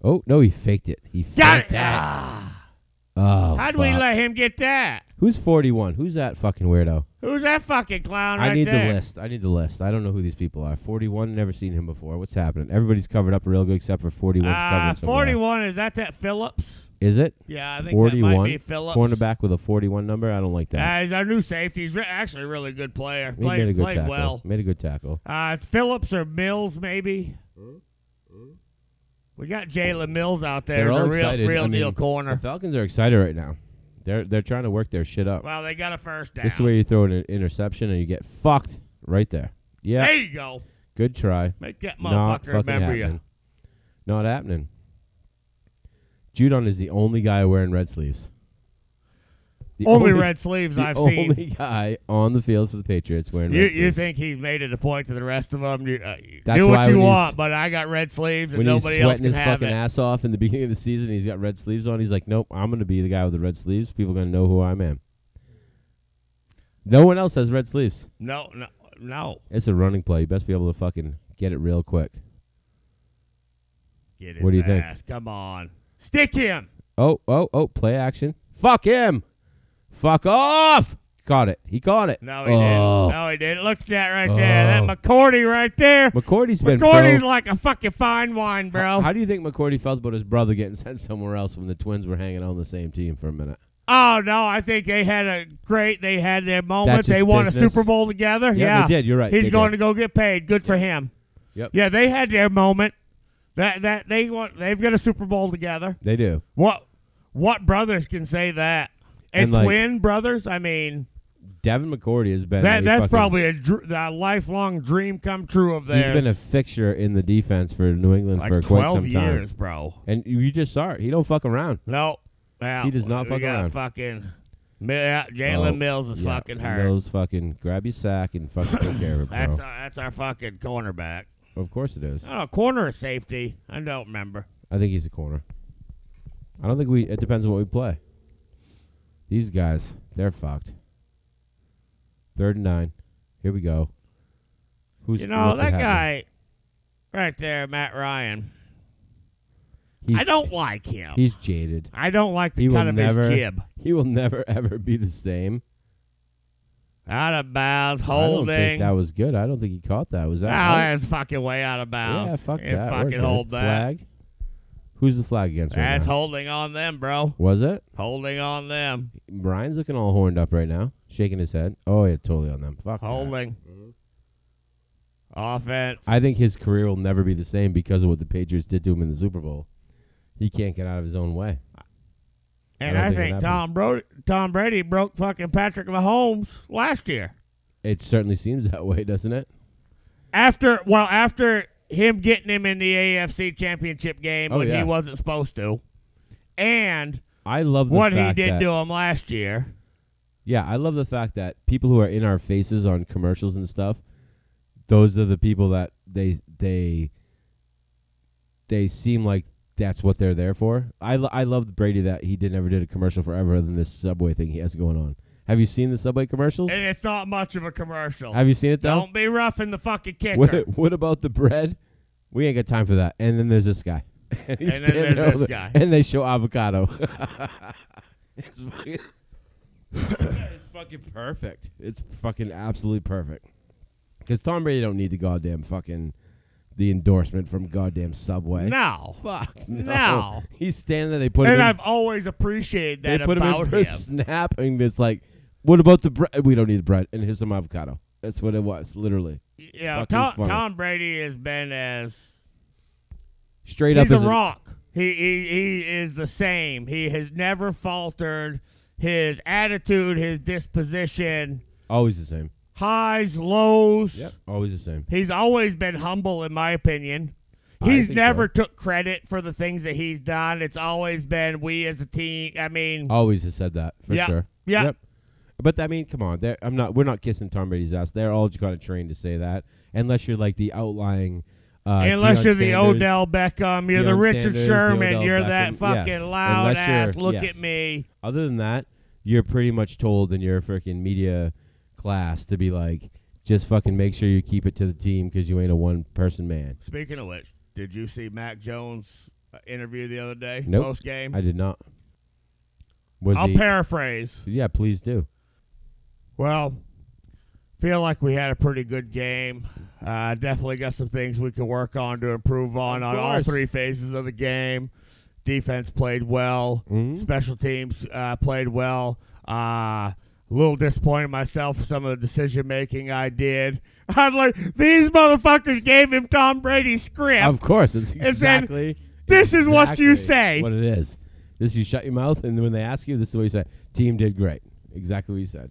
A: Oh no, he faked it. He faked
B: Got it.
A: that.
B: Ah.
A: Oh,
B: How'd
A: fuck.
B: we let him get that?
A: Who's 41? Who's that fucking weirdo?
B: Who's that fucking clown right
A: I need
B: there?
A: the list. I need the list. I don't know who these people are. 41, never seen him before. What's happening? Everybody's covered up real good except for 41's
B: Uh,
A: covered. somewhere.
B: 41, is that that Phillips?
A: Is it?
B: Yeah, I think that might
A: 41
B: be Phillips.
A: cornerback with a 41 number. I don't like that.
B: Uh, he's our new safety. He's re- actually a really good player.
A: He made a
B: Played,
A: good
B: played
A: tackle.
B: well.
A: Made a good tackle.
B: Uh, it's Phillips or Mills, maybe. We got Jalen Mills out there.
A: They're
B: He's
A: all
B: a real,
A: excited.
B: real
A: I mean,
B: deal
A: The
B: corner.
A: Falcons are excited right now. They're they're trying to work their shit up.
B: Well, they got a first down.
A: this is where you throw an interception and you get fucked right there. Yeah,
B: There you go.
A: good try.
B: Make that
A: Not
B: motherfucker
A: fucking
B: remember
A: happening.
B: you.
A: Not happening. Judon is the only guy wearing red sleeves. The
B: Only red sleeves
A: the
B: I've
A: only
B: seen.
A: guy on the field for the Patriots wearing
B: You,
A: red
B: you
A: sleeves.
B: think he's made it a point to the rest of them? You, uh, you
A: That's
B: do
A: why
B: what you
A: when he's-
B: want, but I got red sleeves and
A: when he's
B: nobody else
A: sweating
B: can
A: his
B: have
A: fucking
B: it.
A: ass off in the beginning of the season, he's got red sleeves on. He's like, nope, I'm going to be the guy with the red sleeves. People going to know who I am. No one else has red sleeves.
B: No, no, no.
A: It's a running play. You best be able to fucking get it real quick.
B: Get
A: What do
B: his
A: you think?
B: ass. Come on. Stick him.
A: Oh, oh, oh, play action. Fuck him. Fuck off. Caught it. He caught it.
B: No, he
A: oh.
B: didn't. No, he didn't. Look at that right there. That
A: Oh.
B: McCordy right there.
A: McCourty's been
B: McCordy's
A: pro-
B: like a fucking fine wine, bro.
A: How do you think McCourty felt about his brother getting sent somewhere else when the twins were hanging on the same team for a minute?
B: oh no, I think they had a great. They had their moment.
A: That's his
B: They won a
A: business.
B: Super Bowl together.
A: Yeah,
B: Yeah,
A: they did. You're right.
B: He's
A: They
B: going
A: did.
B: to go get paid. Good for him.
A: Yep.
B: Yeah, they had their moment. That that they want. They've got a Super Bowl together.
A: They do.
B: What what brothers can say that?
A: And,
B: And,
A: like-
B: twin brothers. I mean,
A: Devin McCourty has been
B: that
A: a
B: that's
A: fucking-
B: probably a, dr- a lifelong dream come true of theirs.
A: He's been a fixture in the defense for New England
B: like
A: for quite
B: twelve
A: some time.
B: years, bro.
A: And you- you just saw it. He don't fuck around.
B: No, yeah,
A: He does not
B: we
A: fuck
B: got
A: around.
B: Fucking Mi- yeah, Jalen
A: Oh,
B: Mills is
A: yeah,
B: fucking hurt.
A: Mills fucking grab your sack and fucking take care of it, bro.
B: That's our, that's our fucking cornerback.
A: of course it is.
B: I don't know, corner or safety. I don't remember.
A: I think he's a corner. I don't think we. It depends on what we play. These guys, they're fucked. Third and nine. Here we go. Who's
B: You know
A: what's it
B: that
A: happening?
B: guy right there, Matt Ryan.
A: He's,
B: I don't like him.
A: He's jaded.
B: I don't like the
A: he
B: cut
A: will
B: of
A: never-
B: his jib.
A: He will never ever be the same.
B: Out of bounds,
A: I don't think
B: holding.
A: that
B: Oh,
A: was good. I don't think he caught that. Was that? out?
B: that's fucking way out of bounds.
A: Yeah, fuck
B: Can't
A: that. We're
B: Fucking
A: good.
B: hold that.
A: Flag. Who's the flag against right
B: That's
A: now?
B: holding on them, bro.
A: Was it?
B: Holding on them.
A: Brian's looking all horned up right now, shaking his head. Oh, yeah, totally on them. Fuck. that.
B: Holding. Offense.
A: I think his career will never be the same because of what the Patriots did to him in the Super Bowl. He can't get out of his own way.
B: And
A: I don't
B: I
A: think it
B: think
A: happened.
B: Tom Brody, Tom Brady broke fucking Patrick Mahomes last year.
A: It certainly seems that way, doesn't it?
B: After well, after him getting him in the AFC Championship game
A: Oh,
B: when
A: yeah.
B: he wasn't supposed to, and
A: I love the
B: what he
A: fact
B: did
A: that,
B: to him last year.
A: Yeah, I love the fact that people who are in our faces on commercials and stuff, those are the people that they they they seem like that's what they're there for. I lo- I loved Brady that he did never did a commercial for ever other than this Subway thing he has going on. Have you seen the Subway commercials?
B: And it's not much of a commercial.
A: Have you seen it though?
B: Don't be roughing the fucking kicker.
A: What what about the bread? We ain't got time for that. And then there's this guy. And, he's
B: And then
A: standing
B: there's
A: there with
B: this
A: a-
B: guy.
A: And they show avocado. it's fucking It's fucking perfect. It's fucking absolutely perfect. Cuz Tom Brady don't need the goddamn fucking the endorsement from goddamn Subway.
B: No.
A: Fuck no.
B: No.
A: He's standing there they put him
B: And
A: in,
B: I've always appreciated
A: they
B: that
A: put him
B: about
A: in for a snap and it's like what about the bread? We don't need bread. And here's some avocado. That's what it was, literally.
B: Yeah,
A: Fucking
B: Tom,
A: funny.
B: Tom Brady has been as
A: Straight up
B: he's
A: as
B: a rock. He, he he is the same. He has never faltered. his attitude, his disposition,
A: Always the same.
B: highs, lows.
A: Always the same.
B: He's always been humble, in my opinion.
A: I
B: He's
A: think
B: never took credit for the things that he's done. It's always been we as a team. I mean,
A: Always has said that Oh, for
B: Yeah.
A: sure.
B: Yeah.
A: Yep. But I mean, come on. They're, I'm not. We're not kissing Tom Brady's ass. They're all kind of trained to say that, unless you're like the outlying. Uh,
B: unless
A: Deion
B: you're the
A: Sanders.
B: Odell Beckham, you're the
A: Deion
B: Richard
A: Sanders, the
B: Sherman,
A: Odell
B: you're
A: Beckham,
B: that
A: yes.
B: fucking loud
A: Unless you're-
B: ass. Look
A: yes.
B: at me.
A: Other than that, you're pretty much told in your freaking media class to be like, just fucking make sure you keep it to the team because you ain't a one person man.
B: Speaking of which, did you see Mac Jones uh, interview the other day?
A: Nope.
B: Post game.
A: I did not. Was
B: I'll
A: he?
B: paraphrase.
A: yeah, please do.
B: Well, feel like we had a pretty good game. Uh, definitely got some things we can work on to improve on
A: Of
B: on all
A: course.
B: three phases of the game. Defense played well.
A: Mhm.
B: Mm-hmm. Special teams uh, played well. Uh, a little disappointed myself for some of the decision making I did. I'm like, these motherfuckers gave him Tom Brady's script.
A: Of course, it's
B: then,
A: exactly.
B: "This is what you
A: exactly
B: say."
A: What it is. This you shut your mouth, and when they ask you, this is what you say. Team did great. Exactly what you said.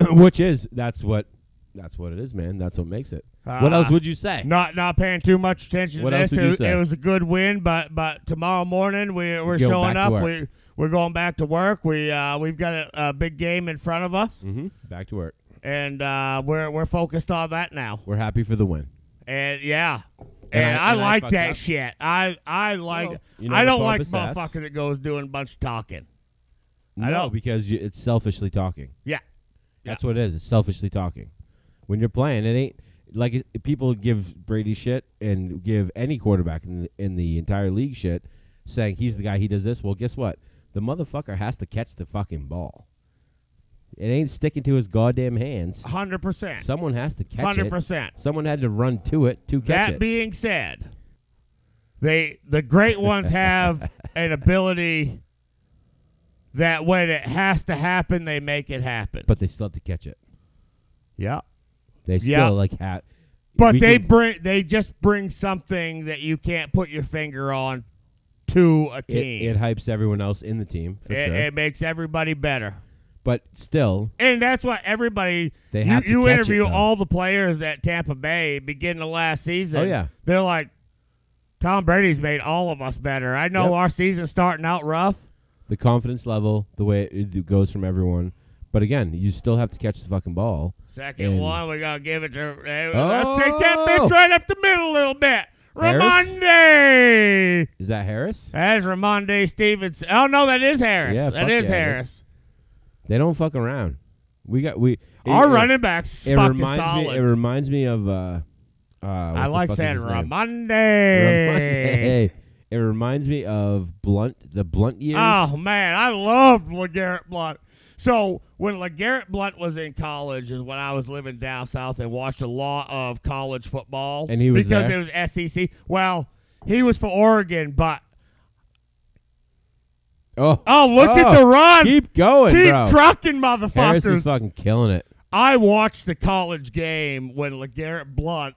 A: Which is that's what that's what it is, man. That's what makes it. what
B: Ah.
A: else would you say?
B: not not paying too much attention
A: What
B: to
A: else
B: this.
A: did you
B: It,
A: say?
B: it was a good win, but but tomorrow morning we we're
A: going
B: showing
A: back
B: up.
A: to
B: We
A: work.
B: we're going back to work. We uh, we've got a, a big game in front of us,
A: Mm-hmm. Back to work.
B: and uh, we're we're focused on that now.
A: We're happy for the win.
B: And yeah. And,
A: And
B: I,
A: I- and I
B: like
A: fucked
B: that
A: up.
B: shit. I I like.
A: Well, you know
B: I
A: the
B: don't like
A: pompous ass.
B: motherfucker that goes doing a bunch of talking.
A: no,
B: I know.
A: because you, it's selfishly talking.
B: Yeah.
A: That's what it is. It's selfishly talking. When you're playing, it ain't like it, people give Brady shit and give any quarterback in the, in the entire league shit, saying he's the guy. He does this. Well, guess what? The motherfucker has to catch the fucking ball. It ain't sticking to his goddamn hands.
B: Hundred percent.
A: Someone has to catch
B: Hundred
A: it.
B: percent.
A: Someone had to run to it to catch
B: That
A: it.
B: being said, they the great ones have an ability that when it has to happen, they make it happen.
A: but they still have to catch it.
B: yeah,
A: They still
B: Yeah.
A: like have.
B: but
A: we
B: they
A: can-
B: bring they just bring something that you can't put your finger on to a
A: it,
B: team.
A: it hypes everyone else in the team for
B: It-
A: sure.
B: it makes everybody better.
A: but still,
B: And that's why everybody
A: They
B: you,
A: have to
B: you
A: catch it,
B: interview
A: though.
B: all the players at Tampa Bay beginning of last season.
A: Oh, yeah.
B: They're like, Tom Brady's made all of us better. I know
A: Yep.
B: our season's starting out rough.
A: the confidence level, the way it, it goes from everyone. But again, you still have to catch the fucking ball.
B: Second
A: And-
B: one, we gotta give it to hey,
A: Oh!
B: let's take that bitch right up the middle a little bit.
A: Harris?
B: Ramonde.
A: Is that Harris?
B: That's Ramonde Stevens. Oh no, that is Harris.
A: Yeah,
B: that
A: fuck
B: is
A: yeah,
B: Harris.
A: They don't fuck around. We got we. it-
B: Our
A: it-
B: running backs
A: It
B: fucking
A: reminds
B: solid.
A: me. It reminds me of. Uh, uh, what
B: I
A: the
B: like
A: fuck is
B: saying
A: his name?
B: Ramonde.
A: Ramonde. It reminds me of Blunt, the Blunt years.
B: Oh man, I loved LeGarrette Blunt. So when LeGarrette Blunt was in college is when I was living down south and watched a lot of college football.
A: And he was
B: because
A: there?
B: it was SEC. Well, he was for Oregon, but
A: oh,
B: oh look at
A: Oh,
B: the run.
A: Keep going,
B: Keep
A: bro.
B: trucking
A: Harris is
B: motherfuckers.
A: fucking killing it.
B: I watched the college game when LeGarrette Blunt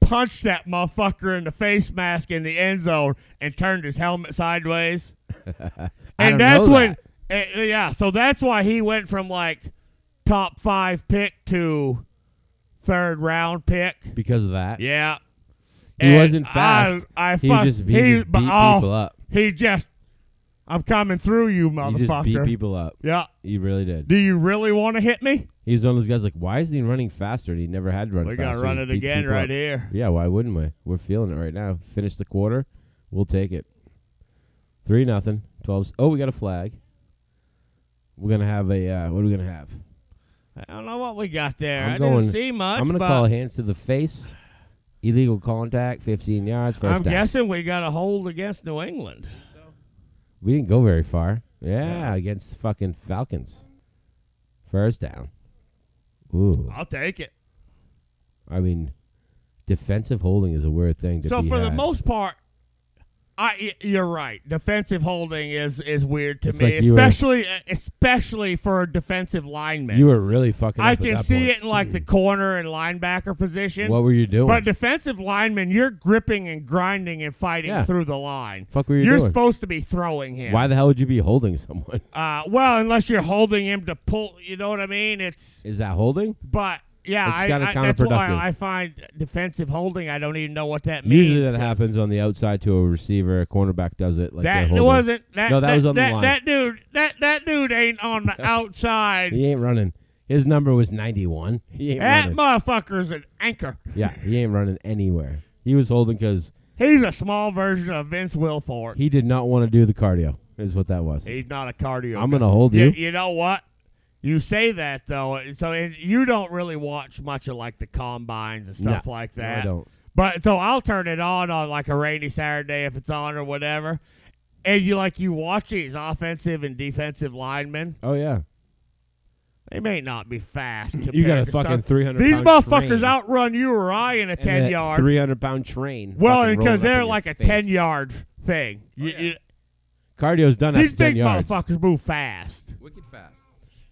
B: punched that motherfucker in the face mask in the end zone and turned his helmet sideways.
A: I don't know
B: and that's when,
A: that.
B: eh, yeah, so that's why he went from like top five pick to third round pick.
A: because of that.
B: Yeah.
A: He
B: And
A: wasn't fast.
B: I, I
A: he
B: fuck-
A: just, he just
B: but,
A: beat
B: oh,
A: people up.
B: He just, I'm coming through you,
A: He just beat
B: motherfucker.
A: people up.
B: yeah.
A: He really did.
B: Do you really want to hit me?
A: He's one of those guys like, why isn't he running faster? And he never had run
B: We
A: faster.
B: got to run
A: He's
B: it
A: beat
B: again
A: people
B: right
A: up.
B: here.
A: Yeah, why wouldn't we? We're feeling it right now. Finish the quarter. We'll take it. 3 nothing. 12. Oh, we got a flag. We're going to have a, uh, what are we going to have?
B: I don't know what we got there.
A: I'm
B: I
A: going-
B: didn't see much.
A: I'm going to
B: but
A: call hands to the face. Illegal contact, 15 yards, first
B: I'm
A: down.
B: guessing we got a hold against New England.
A: we didn't go very far. Yeah,
B: Yeah.
A: against the fucking Falcons. First down. Ooh.
B: I'll take it.
A: I mean, defensive holding is a weird thing to
B: so
A: be
B: for the
A: had.
B: most part, I y- you're right. Defensive holding is is weird to
A: It's
B: me,
A: like you were-
B: especially uh, especially for a defensive lineman.
A: You were really fucking. up
B: I
A: at
B: can
A: that
B: see
A: point.
B: it in like the corner and linebacker position.
A: What were you doing?
B: but defensive lineman, you're gripping and grinding and fighting
A: Yeah.
B: through the line.
A: Fuck were you
B: You're
A: doing?
B: supposed to be throwing him.
A: Why the hell would you be holding someone?
B: Uh, well, unless you're holding him to pull, you know what I mean? It's
A: Is that holding?
B: but yeah,
A: It's
B: I,
A: kinda
B: I- that's why
A: counterproductive.
B: I find defensive holding. I don't even know what that means.
A: Usually that
B: 'cause
A: happens on the outside to a receiver. A cornerback does it. Like they're
B: That
A: holding.
B: wasn't that.
A: No, that was on the
B: that,
A: line.
B: That dude, that that dude ain't on the outside.
A: He ain't running. His number was 91. He ain't
B: that
A: running.
B: motherfucker's an anchor.
A: yeah, he ain't running anywhere. He was holding because
B: He's a small version of Vince Wilfork.
A: he did not want to do the cardio. Is what that was.
B: He's not a cardio.
A: I'm
B: guy.
A: gonna hold
B: you,
A: you.
B: you know what? You say that though, uh, so and you don't really watch much of like the combines and stuff
A: No,
B: like
A: no, I
B: that.
A: don't.
B: But so I'll turn it on on like a rainy Saturday if it's on or whatever. And you like you watch these offensive and defensive linemen.
A: Oh yeah.
B: They may not be fast.
A: You got a
B: compared to
A: fucking
B: some-
A: 300
B: These
A: pound
B: motherfuckers
A: train.
B: outrun you or I in a
A: And
B: ten
A: that
B: yard.
A: 300 pound train.
B: well,
A: fucking rolling
B: because
A: up in
B: they're
A: your
B: like a
A: face.
B: ten yard thing. You-
A: yeah.
B: you-
A: Cardio's done
B: these
A: after 10
B: big
A: yards.
B: motherfuckers move fast.
A: Wicked fast.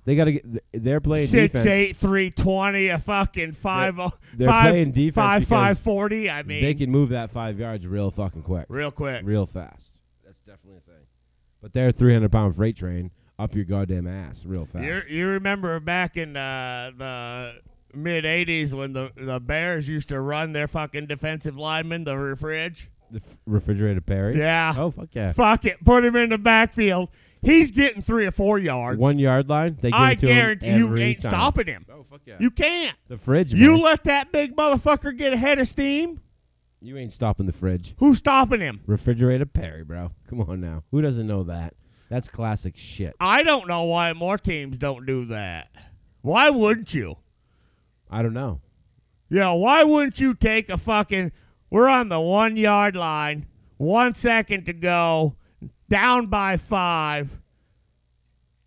A: They got to get. th- They're playing
B: Six
A: defense.
B: eight three twenty a fucking five oh
A: they're
B: five-
A: playing defense
B: five five
A: because
B: forty. I mean,
A: They can move that five yards real fucking quick,
B: real quick.
A: real fast. That's definitely a thing. But they're 300 pound freight train up your goddamn ass real fast.
B: You you remember back in uh, the mid '80s when the the Bears used to run their fucking defensive linemen the fridge?
A: the f- refrigerated Perry.
B: Yeah.
A: Oh fuck yeah.
B: Fuck it, put him in the backfield. He's getting three or four yards.
A: One yard line. They give
B: I
A: it to
B: guarantee
A: him
B: you
A: every
B: ain't
A: time.
B: stopping him.
A: Oh fuck yeah.
B: You can't.
A: the fridge.
B: You
A: man.
B: let that big motherfucker get ahead of steam.
A: you ain't stopping the fridge.
B: Who's stopping him?
A: Refrigerated Perry, bro. Come on now. Who doesn't know that? That's classic shit.
B: I don't know why more teams don't do that. Why wouldn't you?
A: I don't know.
B: Yeah, why wouldn't you take a fucking? We're on the one yard line, one second to go, down by five.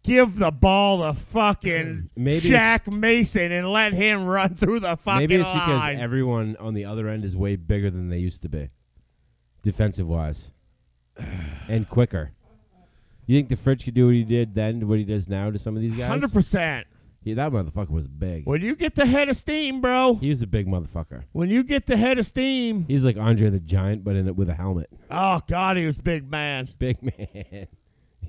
B: Give the ball to fucking
A: Maybe it's-
B: Shaq Mason and let him run through the fucking
A: Maybe it's because
B: line.
A: everyone on the other end is way bigger than they used to be, defensive wise, and quicker. You think the fridge could do what he did then to what he does now to some of these guys?
B: Hundred percent.
A: He, that motherfucker was big.
B: When you get the head of steam, bro.
A: He was a big motherfucker.
B: When you get the head of steam.
A: He's like Andre the Giant, but in it with a helmet.
B: Oh God, he was big man.
A: Big man.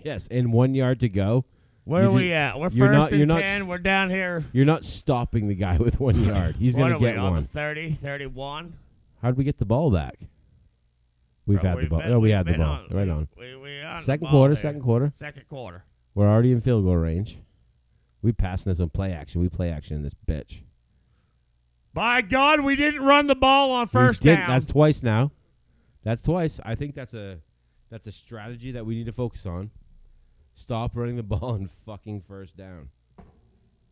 A: yes, and one yard to go.
B: Where
A: You
B: are we
A: ju-
B: at? We're
A: you're
B: 1st
A: not- you're
B: and
A: not
B: ten.
A: s-
B: We're down here.
A: You're not stopping the guy with one yard. He's
B: what
A: gonna
B: are we
A: get
B: on?
A: one.
B: 30, 31?
A: How'd we get the ball back? We've
B: Bro,
A: had the
B: we've
A: ball.
B: been-
A: no, we
B: we've
A: had the
B: been
A: ball. right on.
B: We, we on the
A: Second
B: ball
A: quarter.
B: there.
A: Second quarter.
B: Second quarter.
A: We're already in field goal range. We passing this on play action. We play action in this bitch.
B: By God, we didn't run the ball on
A: We
B: first
A: didn't-
B: down.
A: That's twice now. That's twice. I think that's a that's a strategy that we need to focus on. Stop running the ball on fucking first down.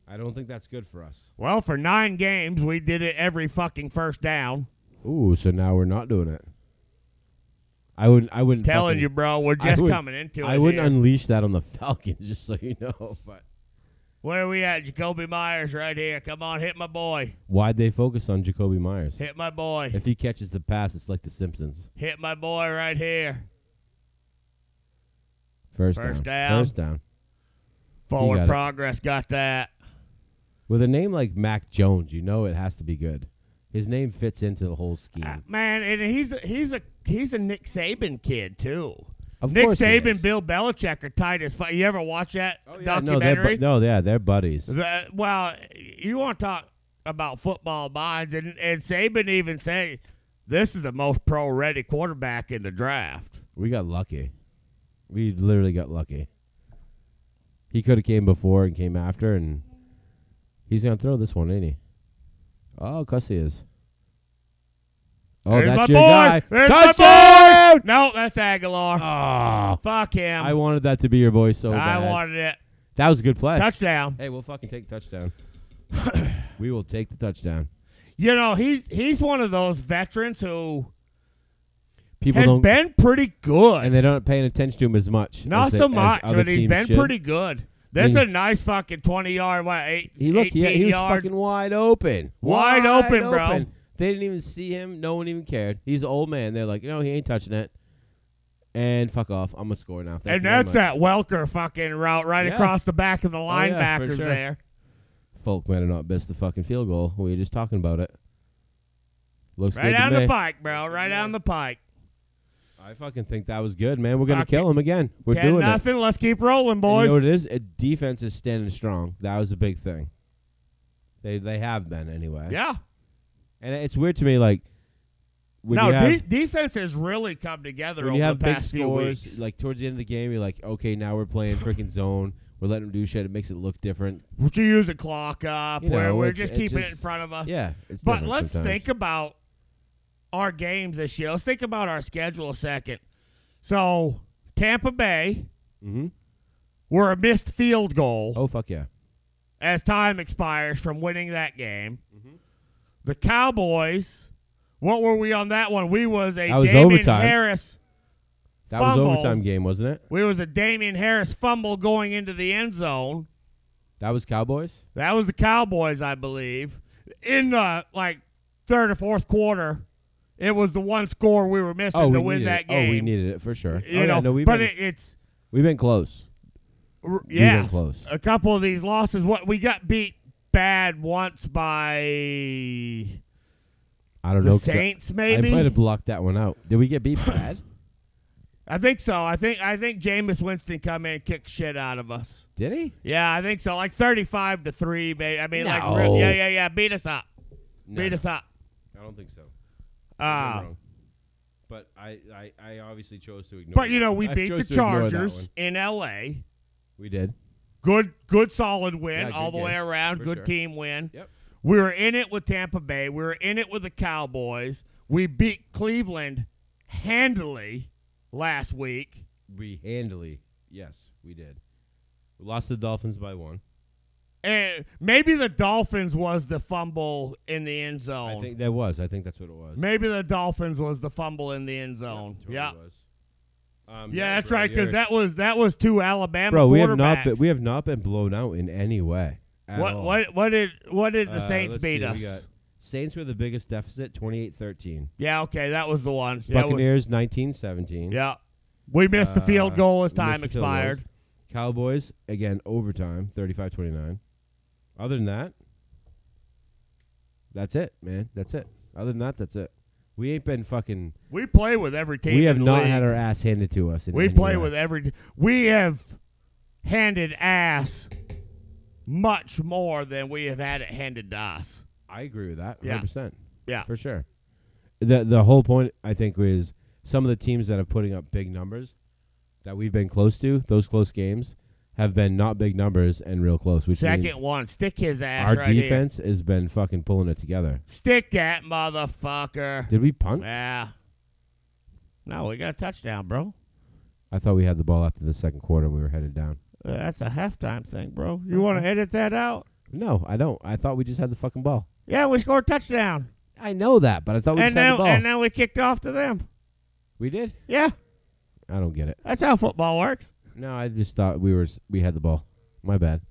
A: I don't think that's good for us.
B: well, for nine games, we did it every fucking first down.
A: Ooh, so now we're not doing it. I wouldn't. I wouldn't.
B: Telling
A: fucking-
B: you, bro, we're
A: I
B: just
A: would-
B: coming into it.
A: I wouldn't
B: here.
A: unleash that on the Falcons, just so you know. But
B: Where are we at? Jacoby Myers right here. Come on, hit my boy.
A: why'd they focus on Jacoby Myers?
B: Hit my boy.
A: If he catches the pass, it's like The Simpsons.
B: Hit my boy right here.
A: First,
B: First
A: down.
B: down.
A: First down.
B: Forward
A: got it.
B: progress. Got that.
A: With a name like Mac Jones, you know it has to be good. His name fits into the whole scheme.
B: Uh, man, and he's a, he's a he's a Nick Saban kid too.
A: Of
B: Nick
A: course he
B: Saban,
A: is.
B: Bill Belichick are tight as fuck. You ever watch that
A: Yeah, no, they're
B: documentary?
A: bu- no, yeah, they're buddies.
B: The- well, you want to talk about football minds, and, and Saban even said this is the most pro-ready quarterback in the draft.
A: We got lucky. We literally got lucky. He could have came before and came after, and he's gonna throw this one, ain't he? Oh, cuss he is. Oh,
B: There's
A: that's
B: my
A: your
B: boy.
A: guy.
B: There's my
A: Touchdown!
B: No, that's Aguilar.
A: Oh,
B: Fuck him.
A: I wanted that to be your voice so
B: I
A: bad.
B: wanted it.
A: that was a good play.
B: Touchdown.
A: Hey, we'll fucking take the touchdown. we will take the touchdown.
B: You know, he's he's one of those veterans who
A: People
B: has
A: don't,
B: been pretty good.
A: and they're not paying attention to him as much.
B: Not
A: as they-
B: so
A: as
B: much,
A: other
B: but he's
A: teams
B: been
A: should.
B: pretty good. That's
A: Yeah.
B: a nice fucking twenty yard, what, eight,
A: He looked,
B: eighteen
A: yeah, he was
B: yard.
A: fucking wide open,
B: Wide open, bro.
A: They didn't even see him. No one even cared. He's an old man. They're like, no, he ain't touching it. and fuck off. I'm gonna score now. Thank
B: and
A: you very much.
B: that's that Welker fucking route right
A: Yeah. Oh,
B: across the back of the
A: yeah, for
B: linebackers
A: sure.
B: there.
A: Folk might have not missed the fucking field goal. We were just talking about it. Looks
B: Right
A: good
B: down
A: to me.
B: the pike, bro. Right down the pike.
A: I fucking think that was good, man. We're gonna
B: Fuck
A: kill him again. We're
B: 10
A: doing it.
B: nothing. Let's keep rolling,
A: And
B: boys.
A: You know what it is? Uh, defense is standing strong. That was a big thing. They they have been anyway.
B: yeah.
A: And it's weird to me, like when
B: no,
A: you have,
B: de- defense has really come together
A: when
B: over
A: you have
B: the
A: big
B: past few
A: scores,
B: weeks.
A: like towards the end of the game, you're like, okay, now we're playing freaking zone. We're letting them do shit. It makes it look different.
B: Would you use a clock up?
A: You
B: where
A: know,
B: we're
A: it's-
B: just
A: it's
B: keeping it in
A: just-
B: front of us.
A: Yeah, it's
B: But
A: different
B: let's
A: sometimes.
B: think about our games this year. Let's think about our schedule a second. So Tampa Bay,
A: Mm-hmm.
B: were a missed field goal
A: Oh fuck yeah!
B: as time expires from winning that game.
A: Mhm.
B: The Cowboys, what were we on that one? We was a
A: That was
B: Damien
A: overtime.
B: Harris.
A: That
B: fumble.
A: was overtime game, wasn't it?
B: We was a Damien Harris fumble going into the end zone.
A: That was Cowboys.
B: That was the Cowboys, I believe. In the like third or fourth quarter, it was the one score we were missing
A: oh, we
B: to win
A: needed
B: that
A: it.
B: game.
A: Oh, we needed it for sure.
B: You
A: oh,
B: know,
A: yeah, no, we've
B: but
A: been
B: it, it's
A: we've been close.
B: R- yes,
A: close.
B: a couple of these losses. What we got beat bad once by the
A: I don't know. 'cause I-
B: Saints,
A: I
B: maybe.
A: might have blocked that one out. Did we get beat bad?
B: I think so. I think I think Jameis Winston come in and kick shit out of us.
A: Did he?
B: Yeah, I think so. Like thirty-five to three, maybe. I mean, like
A: No.
B: real- yeah, yeah, yeah. Beat us up. beat us up.
A: I don't think so.
B: Uh,
A: But I, I, I obviously chose to ignore.
B: but you know, we beat the Chargers in L.A.
A: We did.
B: Good, good, solid win
A: Yeah,
B: all
A: good
B: the way
A: game,
B: around.
A: for
B: Good
A: sure.
B: team win.
A: Yep.
B: We were in it with Tampa Bay. We were in it with the Cowboys. We beat Cleveland handily last week.
A: We handily. Yes, we did. We lost the Dolphins by one.
B: And maybe the Dolphins was the fumble in the end zone.
A: I think that was. I think that's what it was.
B: maybe the Dolphins was the fumble in the end
A: Yeah,
B: zone.
A: that's what it
B: Yeah.
A: was. Um,
B: Yeah, that's
A: bro,
B: right
A: you're-
B: cuz that was that was two Alabama
A: bro,
B: quarterbacks.
A: we have not been we have not been blown out in any way. at
B: What
A: all.
B: what what did what did the
A: Uh,
B: Saints
A: let's
B: beat
A: see, we
B: us?
A: got- Saints were the biggest deficit, 28-13.
B: Yeah, okay, that was the one. Yeah, we-
A: Buccaneers 19-17.
B: yeah. We missed the field
A: Uh,
B: goal as
A: we
B: time
A: missed the field goals.
B: expired.
A: Cowboys, again, overtime, 35 29. Other than that, that's it, man. That's it. Other than that, that's it. We ain't been fucking.
B: We play with every team.
A: we have
B: in the
A: not
B: league.
A: had our ass handed to us. in
B: We
A: any
B: play
A: way.
B: with every. We have handed ass much more than we have had it handed to us.
A: I agree with that.
B: Yeah.
A: 100%.
B: Yeah.
A: For sure. The, the whole point, I think, was some of the teams that are putting up big numbers that we've been close to, those close games, have been not big numbers and real close, which
B: Second
A: means
B: one, stick his ass
A: our
B: right here.
A: defense has been fucking pulling it together.
B: Stick that motherfucker.
A: Did we punt?
B: Yeah. No, we got a touchdown, bro.
A: I thought we had the ball after the second quarter and we were headed down.
B: Uh, That's a halftime thing, bro. You want to edit that out?
A: No, I don't. I thought we just had the fucking ball.
B: Yeah, we scored a touchdown,
A: I know that, but I thought Oh, we
B: and
A: just had
B: then
A: the ball.
B: and then we kicked off to them.
A: we did.
B: Yeah,
A: I don't get it.
B: that's how football works.
A: No, I just thought we were s- we had the ball. My bad.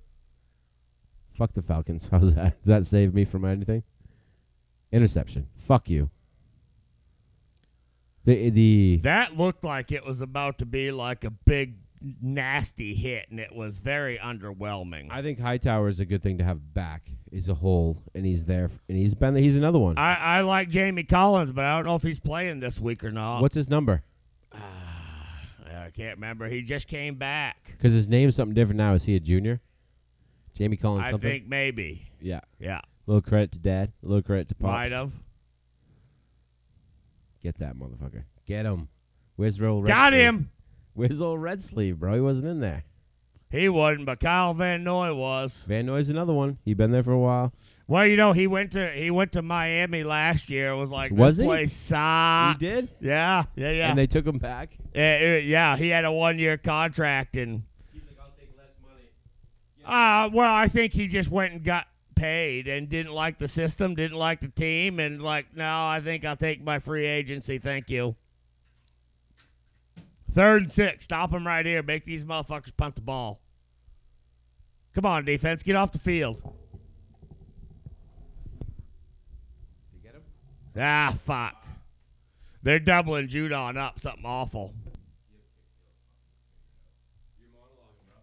A: Fuck the Falcons. How's that? Does that save me from anything? Interception. Fuck you. The eh, the
B: That looked like it was about to be like a big nasty hit, and it was very underwhelming.
A: I think Hightower is a good thing to have back. He's a hole, and he's there, f- and he's been. He's another one.
B: I, I like Jamie Collins, but I don't know if he's playing this week or not. Ah,
A: What's his number?
B: I can't remember. He just came back.
A: Because his name's something different now. Is he a junior? Jamie Collins.
B: I
A: something.
B: think maybe.
A: Yeah.
B: Yeah,
A: A little credit to Dad. A little credit to Pops.
B: might have.
A: Get that motherfucker. Get him. Where's the old Red
B: Got
A: Sleeve?
B: him.
A: Where's old Red Sleeve, bro? He wasn't in there.
B: He wasn't, but Kyle Van Noy was.
A: Van Noy's another one. He been there for a while.
B: Well, you know, he went to he went to Miami last year. It was like this
A: Was he?
B: place sucks.
A: He did?
B: Yeah, yeah, yeah.
A: And they took him back.
B: yeah, Eh, yeah, he had a one year contract and
A: He's like, I'll take less money.
B: Uh, well, I think he just went and got paid and didn't like the system, didn't like the team, and like, no, I think I'll take my free agency. Thank you. Third and six. Stop him right here. Make these motherfuckers punt the ball. Come on, defense. Get off the field.
A: Did you get him?
B: Ah, fuck. They're doubling Judon up. Something awful.
A: You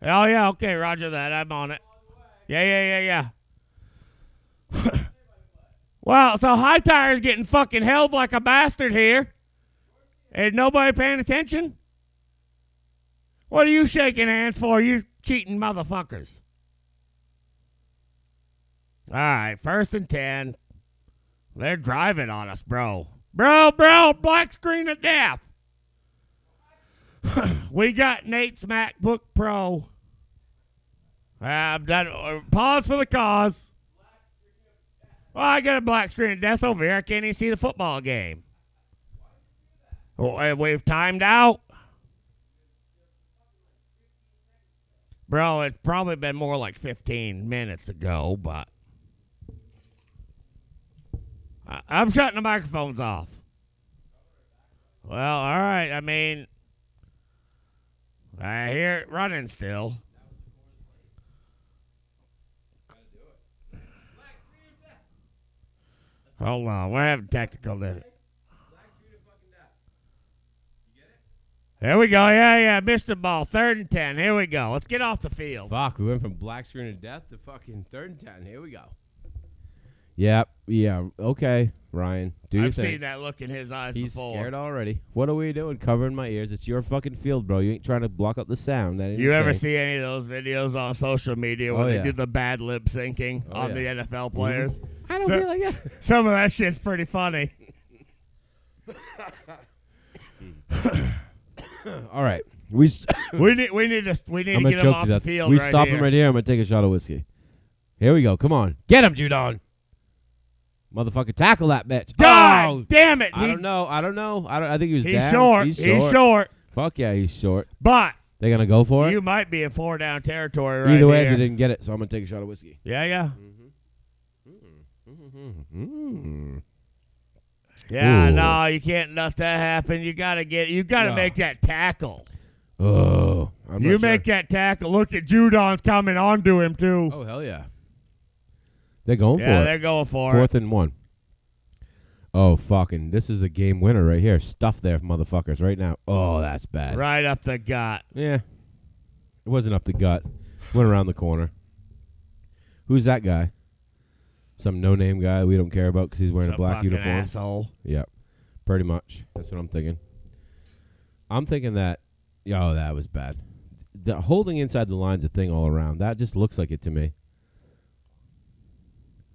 B: Oh yeah, okay, Roger that. I'm on it. Yeah, yeah, yeah, yeah. well, so high tire's getting fucking held like a bastard here. Ain't nobody paying attention? What are you shaking hands for, you cheating motherfuckers? All right, first and ten. They're driving on us, bro. Bro, bro, black screen of death. we got Nate's MacBook Pro. I'm done. uh, Pause for the cause. Well, I got a black screen of death over here. I can't even see the football game. Oh, and we've timed out. Bro, it's probably been more like 15 minutes ago, but. I- I'm shutting the microphones off. Well, all right. I mean, I hear it running still. Hold on, we're having technical difficulties. There we go. Yeah, yeah. Missed the ball. Third and ten. Here we go. Let's get off the field.
A: Fuck, we went from black screen of death to fucking third and ten. Here we go. Yep. Yeah. Okay, Ryan. Do your
B: I've
A: thing.
B: seen that look in his eyes
A: He's
B: before.
A: scared already. What are we doing? Covering my ears. It's your fucking field, bro. You ain't trying to block out the sound. That ain't
B: You
A: your
B: ever
A: thing.
B: see any of those videos on social media where
A: Oh,
B: they
A: yeah.
B: do the bad lip syncing
A: Oh,
B: on
A: yeah.
B: the NFL players?
A: I don't
B: So-
A: feel like that.
B: Some of that shit's pretty funny.
A: All right. We s
B: We need we need to we need
A: I'm gonna
B: to get him
A: choke
B: off
A: to
B: the
A: death.
B: field.
A: we
B: right
A: stop
B: here.
A: him right here. I'm gonna take a shot of whiskey. Here we go. Come on, get him, Judon. Motherfucker, tackle that bitch.
B: God
A: Oh,
B: damn it!
A: I
B: He,
A: don't know. I don't know. I, don't, I think he was
B: he's,
A: down.
B: short.
A: He's short. Fuck yeah, he's short.
B: But
A: They're gonna go for it.
B: you might be in four down territory right
A: Either way,
B: here.
A: they didn't get it, so I'm gonna take a shot of whiskey.
B: yeah, yeah, Hmm.
A: Mm.
B: yeah.
A: Ooh.
B: No, you can't let that happen. You gotta get. You gotta
A: No.
B: make that tackle.
A: Oh, I'm
B: you
A: not
B: make that tackle. Look at Judon's coming onto him too.
A: Sure. Oh hell yeah. They're going
B: yeah,
A: Oh, for it.
B: they're going for
A: Fourth and one. Oh fucking! This is a game winner right here. Stuff there, motherfuckers, right now. Oh, that's
B: it
A: bad.
B: right up the gut.
A: Yeah. It wasn't up the gut. Went around the corner. Who's that guy? Some no name guy we don't care about because he's wearing
B: Some
A: a black
B: fucking
A: uniform.
B: asshole.
A: Yep. Pretty much. That's what I'm thinking. I'm thinking that, oh, that was bad. The holding inside the line's a thing all around. That just looks like it to me.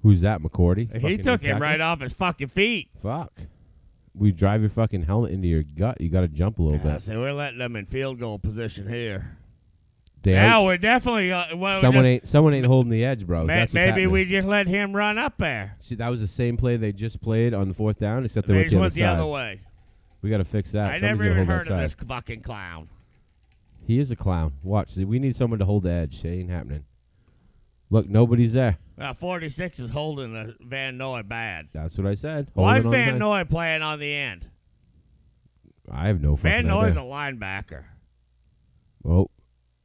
A: Who's that, McCordy?
B: He
A: Fucking
B: took him
A: tackle?
B: right off his fucking feet.
A: Fuck. We drive your fucking helmet into your gut. You got to jump a little
B: Yeah,
A: bit.
B: so we're letting them in field goal position here.
A: They
B: Yeah,
A: ain't-
B: we're definitely. Uh, well,
A: someone
B: just-
A: ain't someone ain't holding the edge, bro.
B: ma-
A: That's what's
B: maybe
A: happening.
B: we just let him run up there.
A: See, that was the same play they just played on the fourth down, except they,
B: they
A: went
B: just
A: the,
B: went
A: other side.
B: the other way.
A: We got to fix that.
B: I
A: Somebody's
B: never
A: gonna
B: even
A: hold that
B: heard of
A: side.
B: this fucking clown.
A: He is a clown. Watch, we need someone to hold the edge. It ain't happening. Look, nobody's there.
B: Uh, 46 is holding the Van Noy bad.
A: That's what I said.
B: Why is
A: Holding on
B: Van
A: tight.
B: Noy playing on the end?
A: I have no
B: Van
A: fucking
B: Noy's a
A: idea.
B: linebacker.
A: Oh,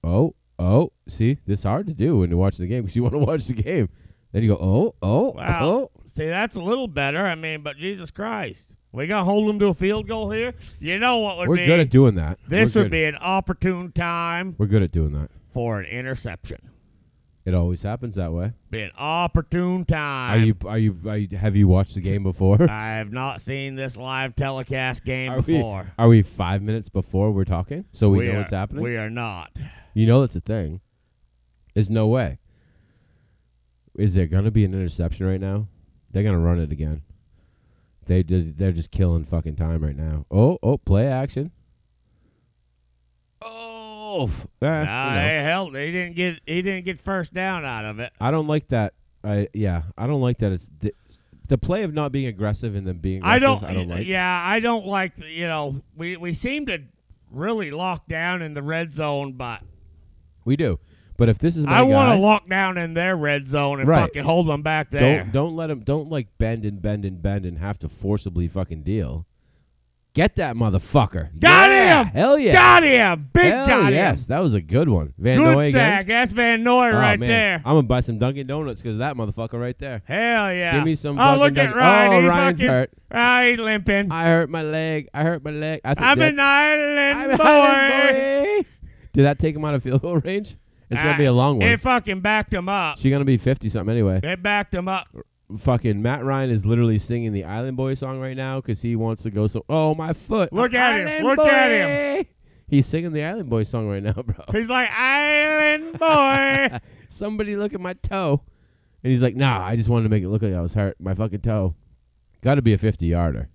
A: oh, oh. See, this is hard to do when you watch the game because you want to watch the game. Then you go, oh, oh,
B: Wow.
A: oh.
B: See, that's a little better. I mean, but Jesus Christ. We going to hold him to a field goal here? You know what would
A: We're
B: be?
A: good at doing that.
B: this
A: We're
B: would
A: good.
B: be an opportune time
A: We're good at doing that.
B: for an interception.
A: It always happens that way.
B: Be an opportune
A: Are
B: time.
A: you, are you? Are you? Have you watched the game before?
B: I have not seen this live telecast game
A: Are we-
B: before.
A: Are we five minutes before we're talking? So we, know
B: are,
A: what's happening?
B: We are not.
A: you know that's a thing. There's no way. Is there gonna be an interception right now? They're gonna run it again. They just they're just killing fucking time right now. Oh, oh, play action. Oh f- eh, you
B: Nah,
A: know.
B: hey, hell, he didn't get he didn't get first down out of it.
A: I don't like that. I yeah, I don't like that it's the, the play of not being aggressive and then being
B: I
A: aggressive.
B: don't,
A: I don't like
B: yeah, I don't like you know we we seem to really lock down in the red zone, but
A: we do. But if this is my
B: I
A: guy-
B: want to lock down in their red zone and
A: Right.
B: fucking hold them back there.
A: Don't don't let him. Don't like bend and bend and bend and have to forcibly fucking deal. Get that motherfucker.
B: Got
A: Yeah.
B: him!
A: Hell yeah.
B: Got him, big
A: Hell
B: got
A: yes,
B: him.
A: that was a good one. Van
B: Good
A: Noy again.
B: sack. That's Van Noy
A: Oh,
B: right
A: man.
B: there.
A: I'm gonna buy some Dunkin' Donuts because that motherfucker right there.
B: Hell yeah.
A: Give me some.
B: Oh,
A: fucking
B: look at
A: Dunkin'.
B: Ryan.
A: Oh,
B: He's
A: Ryan's
B: fucking,
A: hurt.
B: Ah, he's limping.
A: I hurt my leg. I hurt my leg. I think
B: I'm
A: that-
B: an island
A: I'm
B: boy. Ah,
A: an island boy. Did that take him out of field goal range? It's gonna be a long one.
B: It fucking backed him up.
A: She's gonna be fifty something anyway.
B: It backed him up.
A: Fucking Matt Ryan is literally singing the Island Boy song right now because he wants to go. So oh my foot.
B: Look at him.
A: Island
B: Look at
A: Boy! He's singing the Island Boy song right now, bro.
B: He's like, Island boy.
A: Somebody look at my toe. And he's like, Nah, I just wanted to make it look like I was hurt. My fucking toe. Got to be a fifty yarder.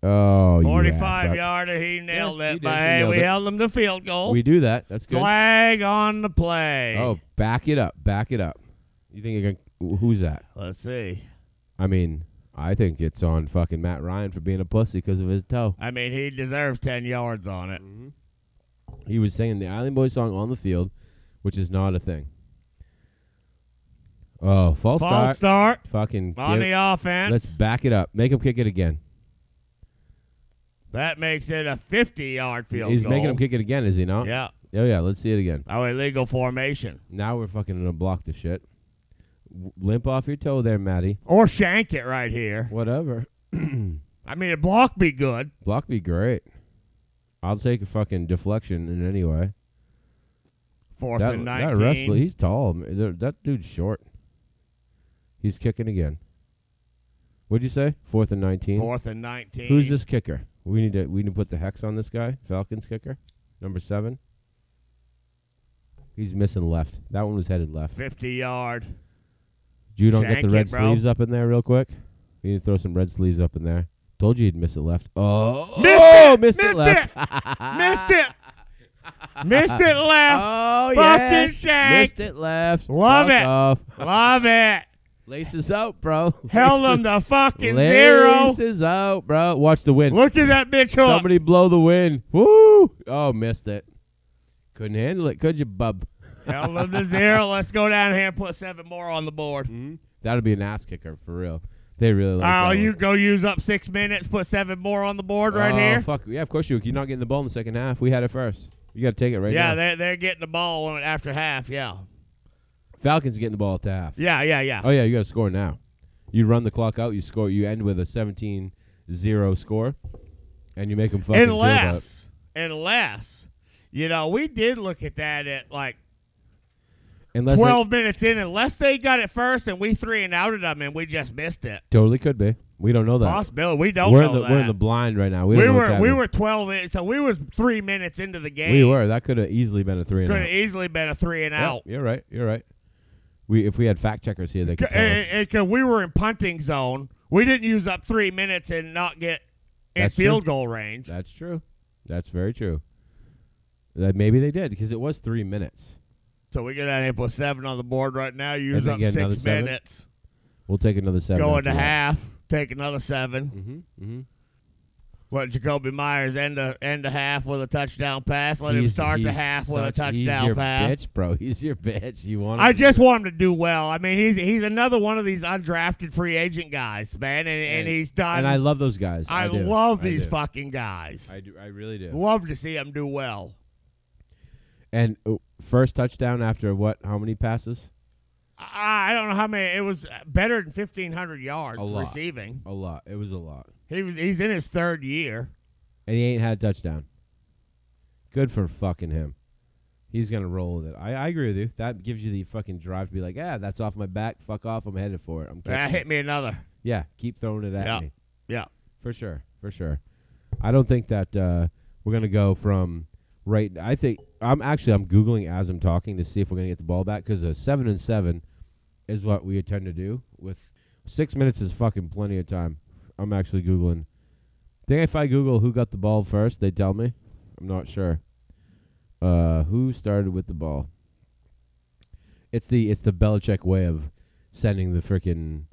A: Oh, you
B: 45
A: ass fuck.
B: yarder. He nailed
A: Yeah,
B: it.
A: he did.
B: but
A: He
B: hey,
A: nailed
B: we
A: it.
B: held him to field goal.
A: We do that. That's good.
B: Flag on the play.
A: Oh, back it up, back it up. You think you're gonna? wh- Who's that?
B: Let's see.
A: I mean, I think it's on fucking Matt Ryan for being a pussy because of his toe.
B: I mean, he deserves 10 yards on it.
A: He was singing the Island Boy song on the field, which is not a thing. Oh, false
B: False
A: start.
B: start
A: Fucking.
B: on
A: give-
B: the offense.
A: let's back it up. Make him kick it again.
B: that makes it a 50 yard field
A: He's
B: goal.
A: making him kick it again, is he not?
B: Yeah.
A: Oh yeah. Let's see it again.
B: Oh, illegal formation.
A: Now we're fucking gonna block the shit. W- limp off your toe there, Matty.
B: Or shank it right here.
A: Whatever.
B: I mean, a block be good.
A: Block be great. I'll take a fucking deflection in any way.
B: Fourth
A: That,
B: and
A: that
B: 19.
A: wrestler, he's tall. man. Th- That dude's short. He's kicking again. What'd you say? Fourth and nineteen.
B: Fourth and 19.
A: Who's this kicker? We need to we need to put the hex on this guy. Falcons kicker, number seven. He's missing left. That one was headed left.
B: 50 yard.
A: You don't get
B: Shank
A: the
B: it,
A: red
B: bro.
A: sleeves up in there real quick. You need to throw some red sleeves up in there. Told you you'd miss it left. Oh,
B: Missed
A: oh,
B: it!
A: missed,
B: Missed
A: it left. Ah.
B: Missed it. Missed it left.
A: Oh yeah,
B: Fucking shank.
A: missed it left.
B: Love
A: Fuck
B: it.
A: Off.
B: Love it.
A: Laces out, bro.
B: Held him to fucking zero.
A: Laces out, bro. Watch the wind.
B: Look at that bitch hook.
A: Somebody blow the wind. Woo! Oh, missed it. Couldn't handle it, could you, bub?
B: Held him to zero. Let's go down here and put seven more on the board.
A: That'd be an ass kicker for real. They really like. uh, that
B: Oh,
A: one.
B: you go use up six minutes, put seven more on the board right
A: oh,
B: here.
A: Fuck yeah, of course you. You're not getting the ball in the second half. We had it first. You got to take it right
B: yeah,
A: now.
B: they're, they're getting the ball on it after half. Yeah.
A: Falcons are getting the ball at the half.
B: Yeah, yeah, yeah.
A: Oh yeah, you got to score now. You run the clock out. You score. You end with a 17-0 score, and you make them fucking feel that.
B: unless, unless, you know, we did look at that at like
A: Unless they-
B: 12 minutes in, unless they got it first and we three and outed them and we just missed it.
A: totally could be. We don't know that.
B: Possibility. We don't
A: we're
B: know
A: in the
B: that.
A: we're in the blind right now. We,
B: we
A: don't know what's
B: were we
A: happening.
B: were 12 in, so we was 3 minutes into the game.
A: We were. That could have easily been a three and
B: Could
A: out.
B: have easily been a 3 and
A: Yeah,
B: out.
A: You're right. You're right. We if we had fact checkers here, they could tell us.
B: And, cause we were in punting zone. We didn't use up 3 minutes and not get in
A: That's
B: field goal range.
A: That's true. That's very true. That maybe they did because it was three minutes.
B: So we get out here put 7 on the board right now, use
A: then
B: up
A: get another
B: 6
A: seven.
B: minutes.
A: We'll take another seven.
B: Go into half, take anher 7.
A: Mm-hmm, mm-hmm.
B: Let Jacoby Myers end the end the half with a touchdown pass. Let him start the half with a
A: he's
B: touchdown
A: your
B: pass.
A: Bitch, bro, he's your bitch. You want?
B: I
A: him to-
B: just want him to do well. I mean, he's he's another one of these undrafted free agent guys, man, and, and,
A: And-
B: he's done.
A: and I love those guys. I,
B: I
A: do.
B: love
A: I
B: these
A: do.
B: fucking guys.
A: I do. I really do.
B: love to see him do well.
A: And uh, first touchdown after what? How many passes?
B: I, I don't know how many. It was better than fifteen hundred yards
A: A lot.
B: receiving.
A: A lot. It was a lot.
B: He was he's in his third year.
A: and he ain't had a touchdown. Good for fucking him. He's gonna roll with it. I, I agree with you. That gives you the fucking drive to be like, ah, that's off my back. Fuck off. I'm headed for it. I'm catching.
B: That
A: it."
B: hit me another.
A: Yeah, keep throwing it at
B: Yeah.
A: me
B: Yeah,
A: for sure, for sure. I don't think that uh, we're gonna go from right. I think I'm actually I'm googling as I'm talking to see if we're gonna get the ball back because a seven and seven is what we tend to do. With six minutes is fucking plenty of time. I'm actually googling. Think if I Google who got the ball first, they tell me. I'm not sure. Uh, who started with the ball? It's the it's the Belichick way of sending the freaking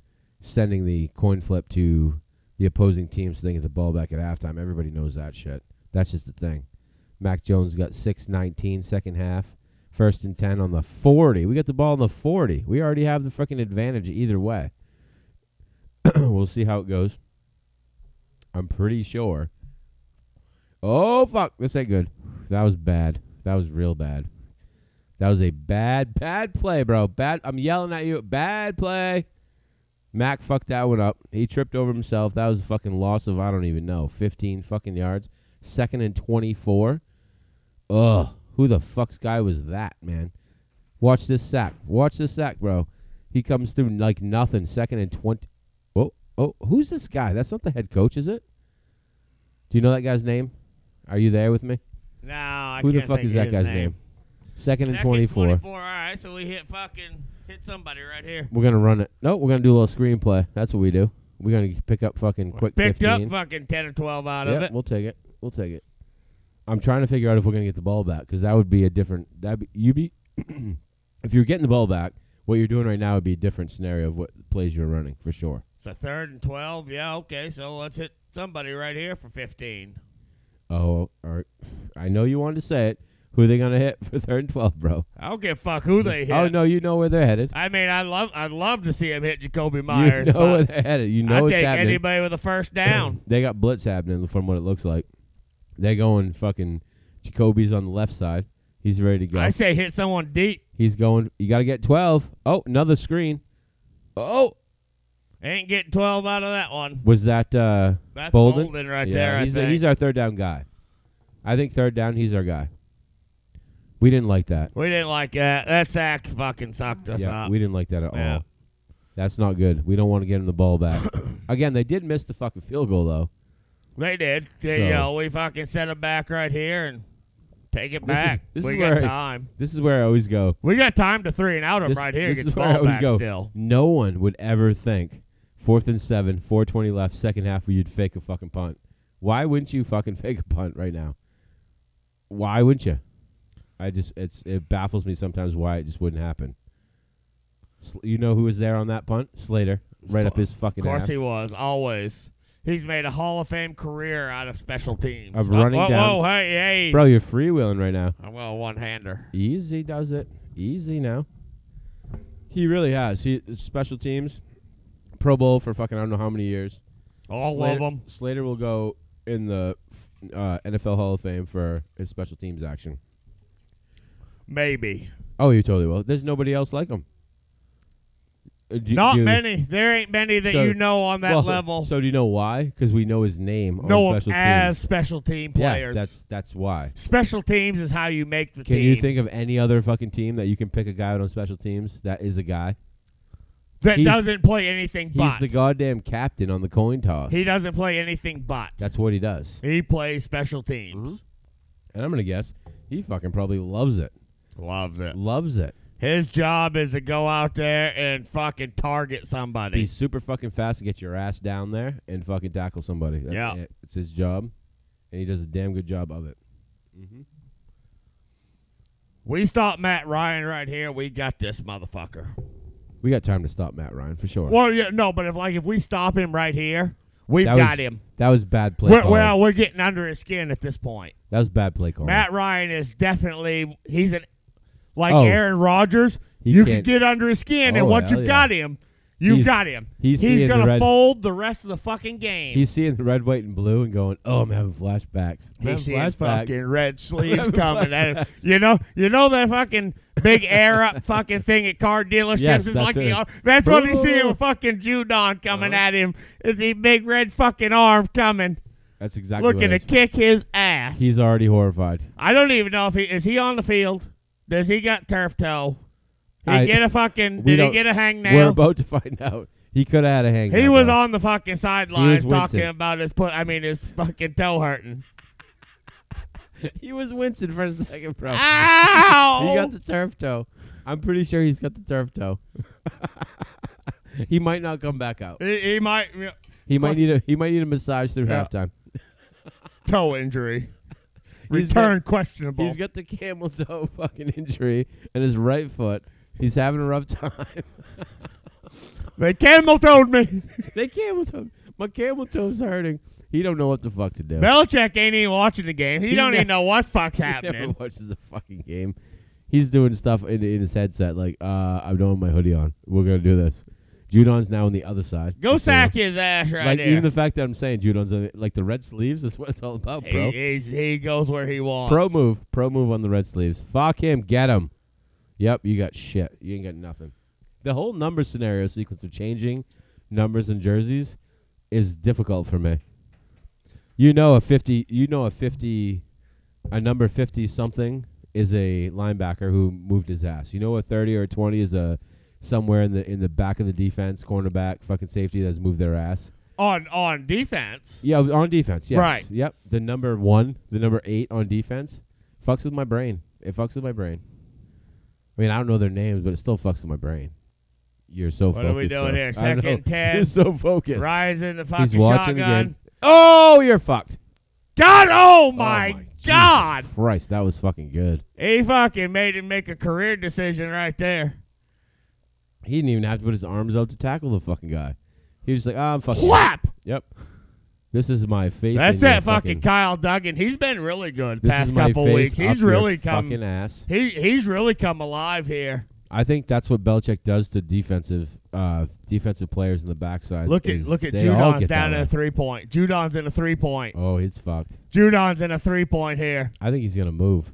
A: sending the coin flip to the opposing team so they get the ball back at halftime. Everybody knows that shit. That's just the thing. Mac Jones got 6-19 second half. First and 10 on the 40. We got the ball on the 40. We already have the freaking advantage either way. we'll see how it goes. I'm pretty sure. Oh, fuck. This ain't good. That was bad. That was real bad. That was a bad, bad play, bro. Bad. I'm yelling at you. Bad play. Mac fucked that one up. He tripped over himself. That was a fucking loss of I don't even know, fifteen fucking yards. Second and twenty four. Ugh. Who the fuck's guy was that, man? Watch this sack. Watch this sack, bro. He comes through like nothing. Second and twenty. Oh, oh, who's this guy? That's not the head coach, is it? Do you know that guy's name? Are you there with me?
B: No, I
A: Who the
B: can't
A: fuck is
B: think of
A: that
B: his
A: guy's
B: name?
A: name? Second and
B: Second
A: 24.
B: 24. All right, so we hit fucking hit somebody right here.
A: We're gonna run it. No, we're gonna do a little screenplay. That's what we do. We're gonna pick up fucking quick
B: Picked
A: fifteen.
B: up fucking ten or twelve out
A: yeah,
B: of it.
A: we'll take it. We'll take it. I'm trying to figure out if we're gonna get the ball back because that would be a different. That be you be if you're getting the ball back. What you're doing right now would be a different scenario of what plays you're running for sure.
B: It's a third and twelve. Yeah, okay. So let's hit somebody right here for fifteen.
A: Oh, all right. I know you wanted to say it. Who are they gonna hit for third and twelve, bro?
B: I don't give a fuck who they hit.
A: Oh no, you know where they're headed.
B: I mean, I love I'd love to see him hit Jacoby Myers.
A: you know where
B: but
A: they're headed. You know
B: I
A: it's
B: take
A: happening.
B: anybody with a first down.
A: They got blitz happening from what it looks like. They're going fucking. Jacoby's on the left side. He's ready to go.
B: I say hit someone deep.
A: He's going. You got to get 12. Oh, another screen. Oh,
B: Ain't getting twelve out of that one.
A: was that uh,
B: That's
A: Bolden?
B: Bolden, right
A: yeah,
B: there.
A: he's,
B: I
A: the-
B: think.
A: he's our third down guy. I think third down, he's our guy. We didn't like that.
B: we didn't like that. That sack fucking sucked us
A: yeah,
B: up.
A: we didn't like that at
B: Yeah.
A: all. That's not good. We don't want to get him the ball back. Again, they did miss the fucking field goal though.
B: They did. They,
A: So-
B: You know, we fucking set them back right here and take it
A: This is-
B: back.
A: this
B: we
A: is
B: got
A: where-
B: time.
A: This is where I always go.
B: We got time to three and out 'em
A: This-
B: right here.
A: this
B: Get
A: is
B: the
A: where I
B: ball
A: always
B: back
A: go.
B: still.
A: No one would ever think fourth and seven, 420 left, second half, where you'd fake a fucking punt. Why wouldn't you fucking fake a punt right now? Why wouldn't you? I just it's it baffles me sometimes why it just wouldn't happen. Sl- You know who was there on that punt? Slater, right
B: Sl-
A: up his
B: Of
A: fucking
B: course
A: ass.
B: he was. Always. He's made a Hall of Fame career out of special teams.
A: Of
B: Oh,
A: running
B: whoa,
A: down-
B: Whoa, hey, hey.
A: Bro, you're freewheeling right now.
B: I'm going one-hander.
A: Easy does it. Easy now. He really has. He special teams, Pro Bowl for fucking I don't know how many years.
B: All
A: Slater,
B: of them.
A: Slater will go in the uh, NFL Hall of Fame for his special teams action.
B: Maybe.
A: Oh, you totally will. There's nobody else like him. Uh, do-
B: Not
A: do-
B: many. There ain't many that
A: So-
B: you know on that
A: well,
B: level.
A: So do you know why? Because we know his name
B: know
A: on
B: 'em
A: special
B: as
A: teams.
B: special team players.
A: Yeah, that's that's why.
B: special teams is how you make the
A: Can
B: team.
A: you think of any other fucking team that you can pick a guy out on special teams that is a guy?
B: that
A: he's-
B: doesn't play anything
A: He's
B: but.
A: the goddamn captain on the coin toss.
B: he doesn't play anything but.
A: That's what he does.
B: He plays special teams.
A: And I'm gonna guess he fucking probably loves it.
B: Loves it.
A: Loves it.
B: His job is to go out there and fucking target somebody.
A: be super fucking fast and get your ass down there and fucking tackle somebody. That's
B: Yeah.
A: it. It's his job, and he does a damn good job of it.
B: we stop Matt Ryan right here. We got this motherfucker.
A: We got time to stop Matt Ryan for sure.
B: Well, yeah, no, but if like if we stop him right here, we've
A: That
B: got
A: was,
B: him.
A: That was bad play.
B: We're,
A: calling.
B: well, we're getting under his skin at this point.
A: that was bad play call.
B: Matt Ryan is definitely he's an like
A: Oh.
B: Aaron Rodgers.
A: He
B: you can
A: can't-
B: get under his skin, and
A: Oh,
B: once
A: hell
B: you've
A: yeah.
B: got him, you've
A: He's-
B: got him.
A: he's seeing the
B: gonna
A: red-
B: fold the rest of the fucking game.
A: He's seeing the red, white, and blue and going, "Oh, I'm having flashbacks. I'm having
B: He's seeing
A: flashbacks."
B: fucking red sleeves
A: Having
B: coming at him.
A: flashbacks.
B: You know, you know that fucking big air up fucking thing at car dealerships.
A: Yes,
B: it's
A: that's Uh-huh. it.
B: like the, that's what he's seeing
A: Boo.
B: with fucking Judon coming at him. It's the big red fucking arm coming,
A: That's exactly
B: looking
A: what
B: to
A: it is.
B: kick his ass.
A: He's already horrified.
B: I don't even know if he is he on the field. Does he got turf toe? He
A: I-
B: get a fucking
A: we
B: did he
A: don't-
B: get a hang
A: We're
B: now?
A: about to find out. He could have had a hang.
B: He was on the fucking sidelines
A: wincing.
B: talking about his put. I mean his fucking toe hurting.
A: He was wincing for a second, bro.
B: Ow!
A: He got the turf toe. I'm pretty sure he's got the turf toe. he might not come back out.
B: he, he might
A: He might need a he might need a massage through
B: Yeah.
A: halftime.
B: toe injury.
A: He's
B: Return questionable.
A: He's got the camel toe fucking injury in his right foot. He's having a rough time.
B: they camel toed me.
A: they camel toe. My camel toe's hurting. He don't know what the fuck to do.
B: Belichick ain't even watching the game. He,
A: He
B: don't
A: ne-
B: even know what fuck's
A: he never
B: happening.
A: watches the fucking game. He's doing stuff in, in his headset like, uh, I'm doing my hoodie on. We're gonna do this. Judon's now on the other side.
B: Go
A: So-
B: sack his ass right
A: like
B: there.
A: even the fact that I'm saying Judon's on the, like the red sleeves is what it's all about,
B: He-
A: bro.
B: he's- he, goes where he wants.
A: Pro move, pro move on the red sleeves. Fuck him, get him. Yep, you got shit. You ain't got nothing. The whole number scenario sequence of changing numbers and jerseys is difficult for me. You know a fifty, you know a fifty, a number fifty something is a linebacker who moved his ass. You know, a thirty or a twenty is a somewhere in the in the back of the defense, cornerback, fucking safety that's moved their ass.
B: on on defense.
A: Yeah, on defense. Yes.
B: Right.
A: Yep. The number one, the number eight on defense, fucks with my brain. It fucks with my brain. I mean, I don't know their names, but it still fucks with my brain. You're so
B: What
A: focused.
B: are we doing
A: bro.
B: here?
A: I don't know.
B: Second 10.
A: You're so focused.
B: Rise in the
A: He's
B: fucking
A: watching
B: shotgun.
A: again. Oh, you're fucked.
B: God, oh
A: Oh
B: my,
A: Jesus
B: God.
A: Christ, that was fucking good.
B: He fucking made him make a career decision right there.
A: He didn't even have to put his arms out to tackle the fucking guy. He was just like, ah, I'm fucking.
B: Whap!
A: Yep. This is my face.
B: That's
A: in your
B: that fucking Kyle Duggan. He's been really good
A: this
B: past
A: is my
B: couple
A: face
B: weeks.
A: up
B: He's
A: your
B: really come.
A: fucking ass.
B: He he's really come alive here.
A: I think that's what Belichick does to defensive uh, defensive players in the backside.
B: Look at
A: is
B: look at
A: they all
B: Judon's
A: get
B: down
A: that
B: in a
A: way.
B: three point. Judon's in a three point.
A: Oh, he's fucked.
B: Judon's in a three point here.
A: I think he's gonna move.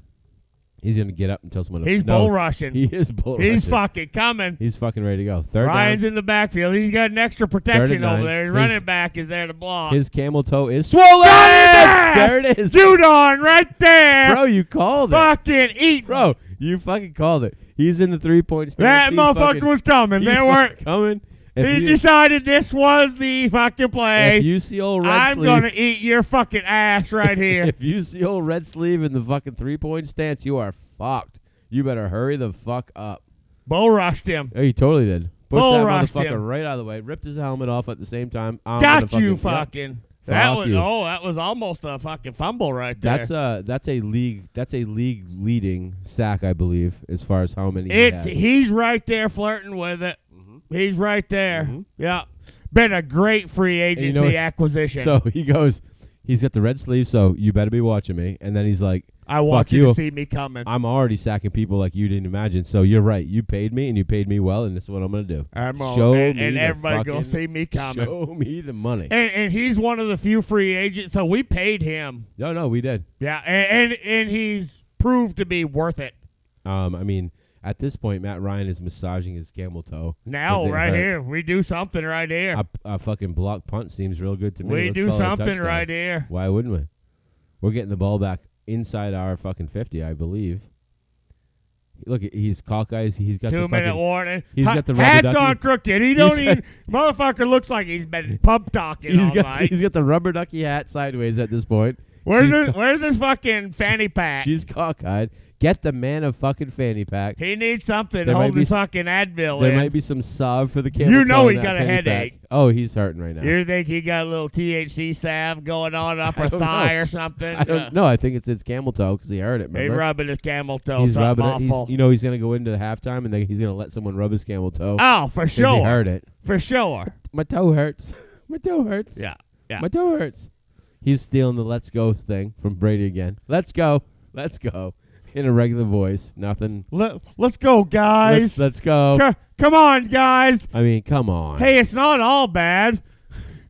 A: He's gonna get up and tell someone. to-
B: He's
A: no,
B: bull rushing.
A: He is bull
B: he's
A: rushing.
B: fucking coming.
A: He's fucking ready to go. Third
B: Ryan's
A: down.
B: in the backfield. He's got an extra protection
A: nine.
B: over there. His
A: His-
B: running back is there to block.
A: His camel toe is swollen.
B: Got it!
A: There it is,
B: Judon right there.
A: bro. You called it,
B: fucking eat,
A: bro. You fucking called it. He's in the three point stance.
B: That
A: He's
B: motherfucker
A: fucking-
B: was coming.
A: he's
B: They
A: fucking
B: weren't.
A: coming. If
B: He
A: you,
B: decided this was the fucking play.
A: if you see old red
B: I'm
A: sleeve,
B: gonna eat your fucking ass right here.
A: if you see old red sleeve in the fucking three point stance, you are fucked. You better hurry the fuck up.
B: Bull rushed him.
A: Oh, he totally did. Pushed
B: Bull
A: that
B: rushed
A: motherfucker
B: him.
A: right out of the way. Ripped his helmet off at the same time. I'm gonna
B: Got
A: fucking-
B: you,
A: Yep.
B: fucking. That
A: Fuck
B: was
A: you.
B: oh, that was almost a fucking fumble right there.
A: That's a that's a league that's a league leading sack, I believe, as far as how many. he
B: it's
A: has.
B: he's right there flirting with it.
A: Mm-hmm.
B: He's right there.
A: Mhm.
B: Yeah, been a great free
A: you know
B: agency
A: what?
B: acquisition.
A: so he goes. He's got the red sleeve, so you better be watching me. And then he's like,
B: I want
A: fuck
B: you to
A: you.
B: see me coming.
A: "I'm already sacking people like you didn't imagine." So you're right. You paid me, and you paid me well, and this is what I'm gonna do.
B: I'm on-
A: show
B: and,
A: me
B: and
A: the
B: everybody gonna
A: fucking-
B: see me coming.
A: Show me the money.
B: And, and he's one of the few free agents. So we paid him.
A: No, no, we did.
B: Yeah, and and, and he's proved to be worth it.
A: Um, I mean, at this point, Matt Ryan is massaging his camel toe.
B: Now,
A: 'Cause it
B: right
A: hurt.
B: here, we do something right here.
A: A, a fucking block punt seems real good to me.
B: we
A: Let's
B: do
A: call it a
B: something
A: touchdown.
B: right here.
A: Why wouldn't we? We're getting the ball back inside our fucking fifty, I believe. Look, he's cockeyed. He's got
B: Two
A: the
B: minute
A: fucking-
B: warning.
A: he's
B: Ha-
A: got the rubber
B: hats
A: ducky.
B: on crooked. He don't
A: He's-
B: even. motherfucker looks like he's been pump talking
A: He's
B: all
A: got
B: night.
A: he's got the rubber ducky hat sideways at this point.
B: Where's
A: she's-
B: his Where's his fucking fanny pack?
A: She's cockeyed. Get the man a fucking fanny pack.
B: He needs something.
A: There might
B: Hold
A: be
B: his
A: s-
B: fucking Advil
A: There
B: in.
A: might be some salve for the camel.
B: You know
A: toe
B: he
A: in that
B: got a
A: fanny pack.
B: headache.
A: Oh, he's hurting right now.
B: you think he got a little THC salve going on up her
A: don't know.
B: thigh or something?
A: I
B: Uh,
A: don't know. I think it's his camel toe because he heard it.
B: He
A: Remember?
B: rubbing his camel toe.
A: he's
B: something
A: rubbing it.
B: awful.
A: He's, you know, he's gonna go into the halftime and then he's gonna let someone rub his camel toe. 'cause
B: oh, for
A: He
B: sure.
A: heard it.
B: For sure.
A: My toe hurts. My toe hurts.
B: Yeah. Yeah.
A: My toe hurts. He's stealing the "Let's Go" thing from Brady again. Let's go. Let's go. In a regular voice. Nothing.
B: Let, let's go,
A: Let's,
B: guys.
A: let's go.
B: C- come on, guys.
A: I mean, come on.
B: Hey, it's not all bad.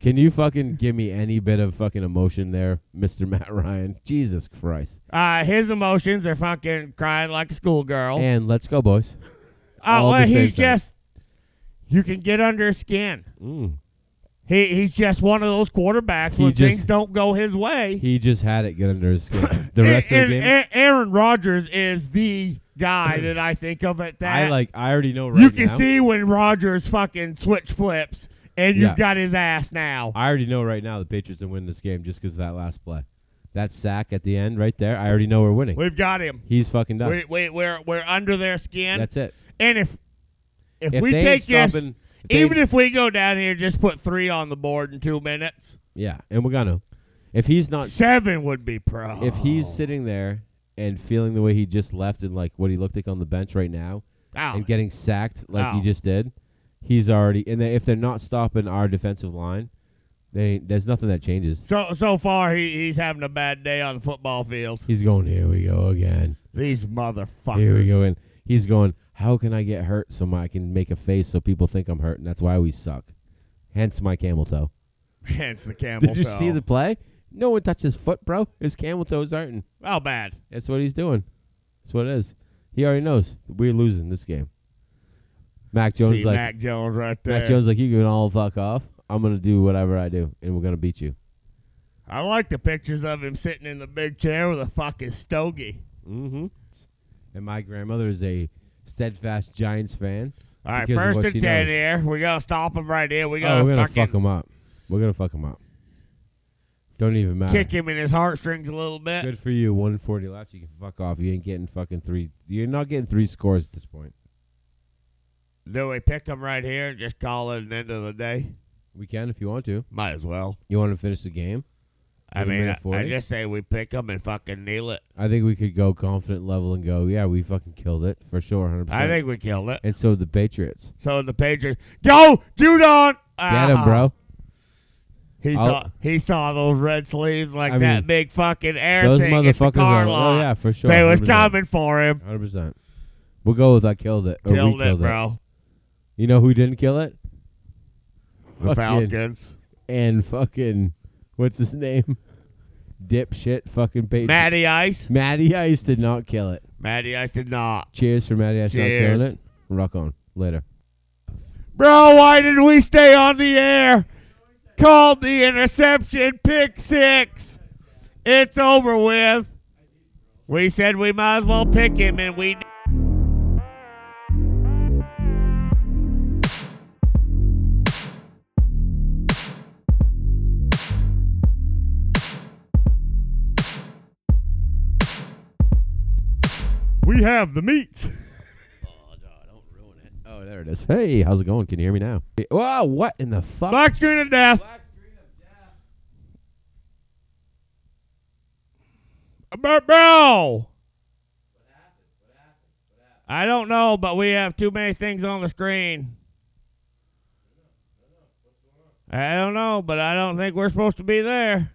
A: Can you fucking give me any bit of fucking emotion there, Mr. Matt Ryan? Jesus Christ.
B: Uh, his emotions are fucking crying like a schoolgirl. Uh,
A: And let's go, boys. all
B: well,
A: the same time.
B: he's just, you can get under his skin.
A: Mm.
B: He, he's just one of those quarterbacks
A: He
B: when
A: just-
B: things don't go his way.
A: He just had it get under his skin. The
B: A-
A: rest of the
B: and,
A: game.
B: A- Aaron Rodgers is the guy that I think of at that.
A: I like. I already know right
B: you can
A: now.
B: see when Rodgers fucking switch flips, and you've
A: Yeah.
B: got his ass now.
A: I already know right now the Patriots are winning this game just because of that last play, that sack at the end right there. I already know we're winning.
B: We've got him.
A: He's fucking done.
B: We, we, we're we're under their skin.
A: That's it.
B: And if if,
A: If
B: we
A: they
B: take
A: ain't
B: this,
A: stopping, if they-
B: even if we go down here, just put three on the board in two minutes.
A: yeah, and we're gonna. If he's not,
B: Seven would be pro.
A: if he's sitting there and feeling the way he just left and like what he looked like on the bench right now
B: Wow.
A: and getting sacked like he
B: Ow.
A: just did, he's already. And they, if they're not stopping our defensive line, they there's nothing that changes.
B: so so far he, he's having a bad day on the football field.
A: He's going here we go again.
B: These motherfuckers.
A: Here we go. And he's going, How can I get hurt so my, I can make a face so people think I'm hurt? And that's why we suck. Hence my camel toe.
B: Hence the camel.
A: Did you see
B: toe.
A: the play? No one touched his foot, bro. His camel toe's hurting.
B: How Oh, bad?
A: That's what he's doing. That's what it is. He already knows we're losing this game. Mac Jones
B: see
A: like
B: Mac Jones right there.
A: Mac Jones like you can all fuck off. I'm gonna do whatever I do, and we're gonna beat you.
B: I like the pictures of him sitting in the big chair with a fucking stogie.
A: Mm-hmm. and my grandmother is a steadfast Giants fan.
B: All right,
A: because of
B: first
A: what
B: and
A: she
B: ten
A: knows.
B: here. We gotta stop him right here. We gotta,
A: Oh, we're gonna fuck
B: fucking
A: him up. We're gonna fuck him up. Don't even matter.
B: kick him in his heartstrings a little bit.
A: Good for you. One forty left. You can fuck off. You ain't getting fucking three. You're not getting three scores at this point.
B: Do we pick him right here and just call it an end of the day?
A: We can if you want to.
B: Might as well.
A: You want to finish the game?
B: I
A: With a
B: mean,
A: minute
B: I- I,
A: 40?
B: just say we pick him and fucking kneel it.
A: I think we could go confident level and go, yeah, we fucking killed it for sure, hundred percent.
B: I think we killed it.
A: And so the Patriots.
B: So the Patriots go Judon. Ah,
A: Get him, bro.
B: He
A: I'll-
B: saw he saw those red sleeves like
A: I
B: that
A: mean,
B: big fucking air
A: Those
B: thing at the
A: motherfuckers
B: car
A: are.
B: lot.
A: Oh yeah, for sure.
B: They was
A: 100%.
B: coming for him.
A: Hundred percent. We'll go with I killed it. Or
B: Killed
A: Oh, we
B: it,
A: killed
B: bro.
A: You know who didn't kill it? Fucking-
B: The Falcons.
A: And fucking what's his name? Dipshit fucking Patriots.
B: Matty Ice.
A: Matty Ice did not kill it.
B: Matty Ice did not.
A: Cheers for Matty Ice not
B: Cheers.
A: killing it. Rock on. Later.
B: Bro, why didn't we stay on the air? Called the interception, pick six. It's over with. We said we might as well pick him, and we. We have the meats.
A: Oh, don't ruin it. Oh, there it is. Hey, how's it going? Can you hear me now? Wow, what in the fuck?
B: Black screen of death. Bro, bro. I don't know, but we have too many things on the screen. I don't know, but I don't think we're supposed to be there.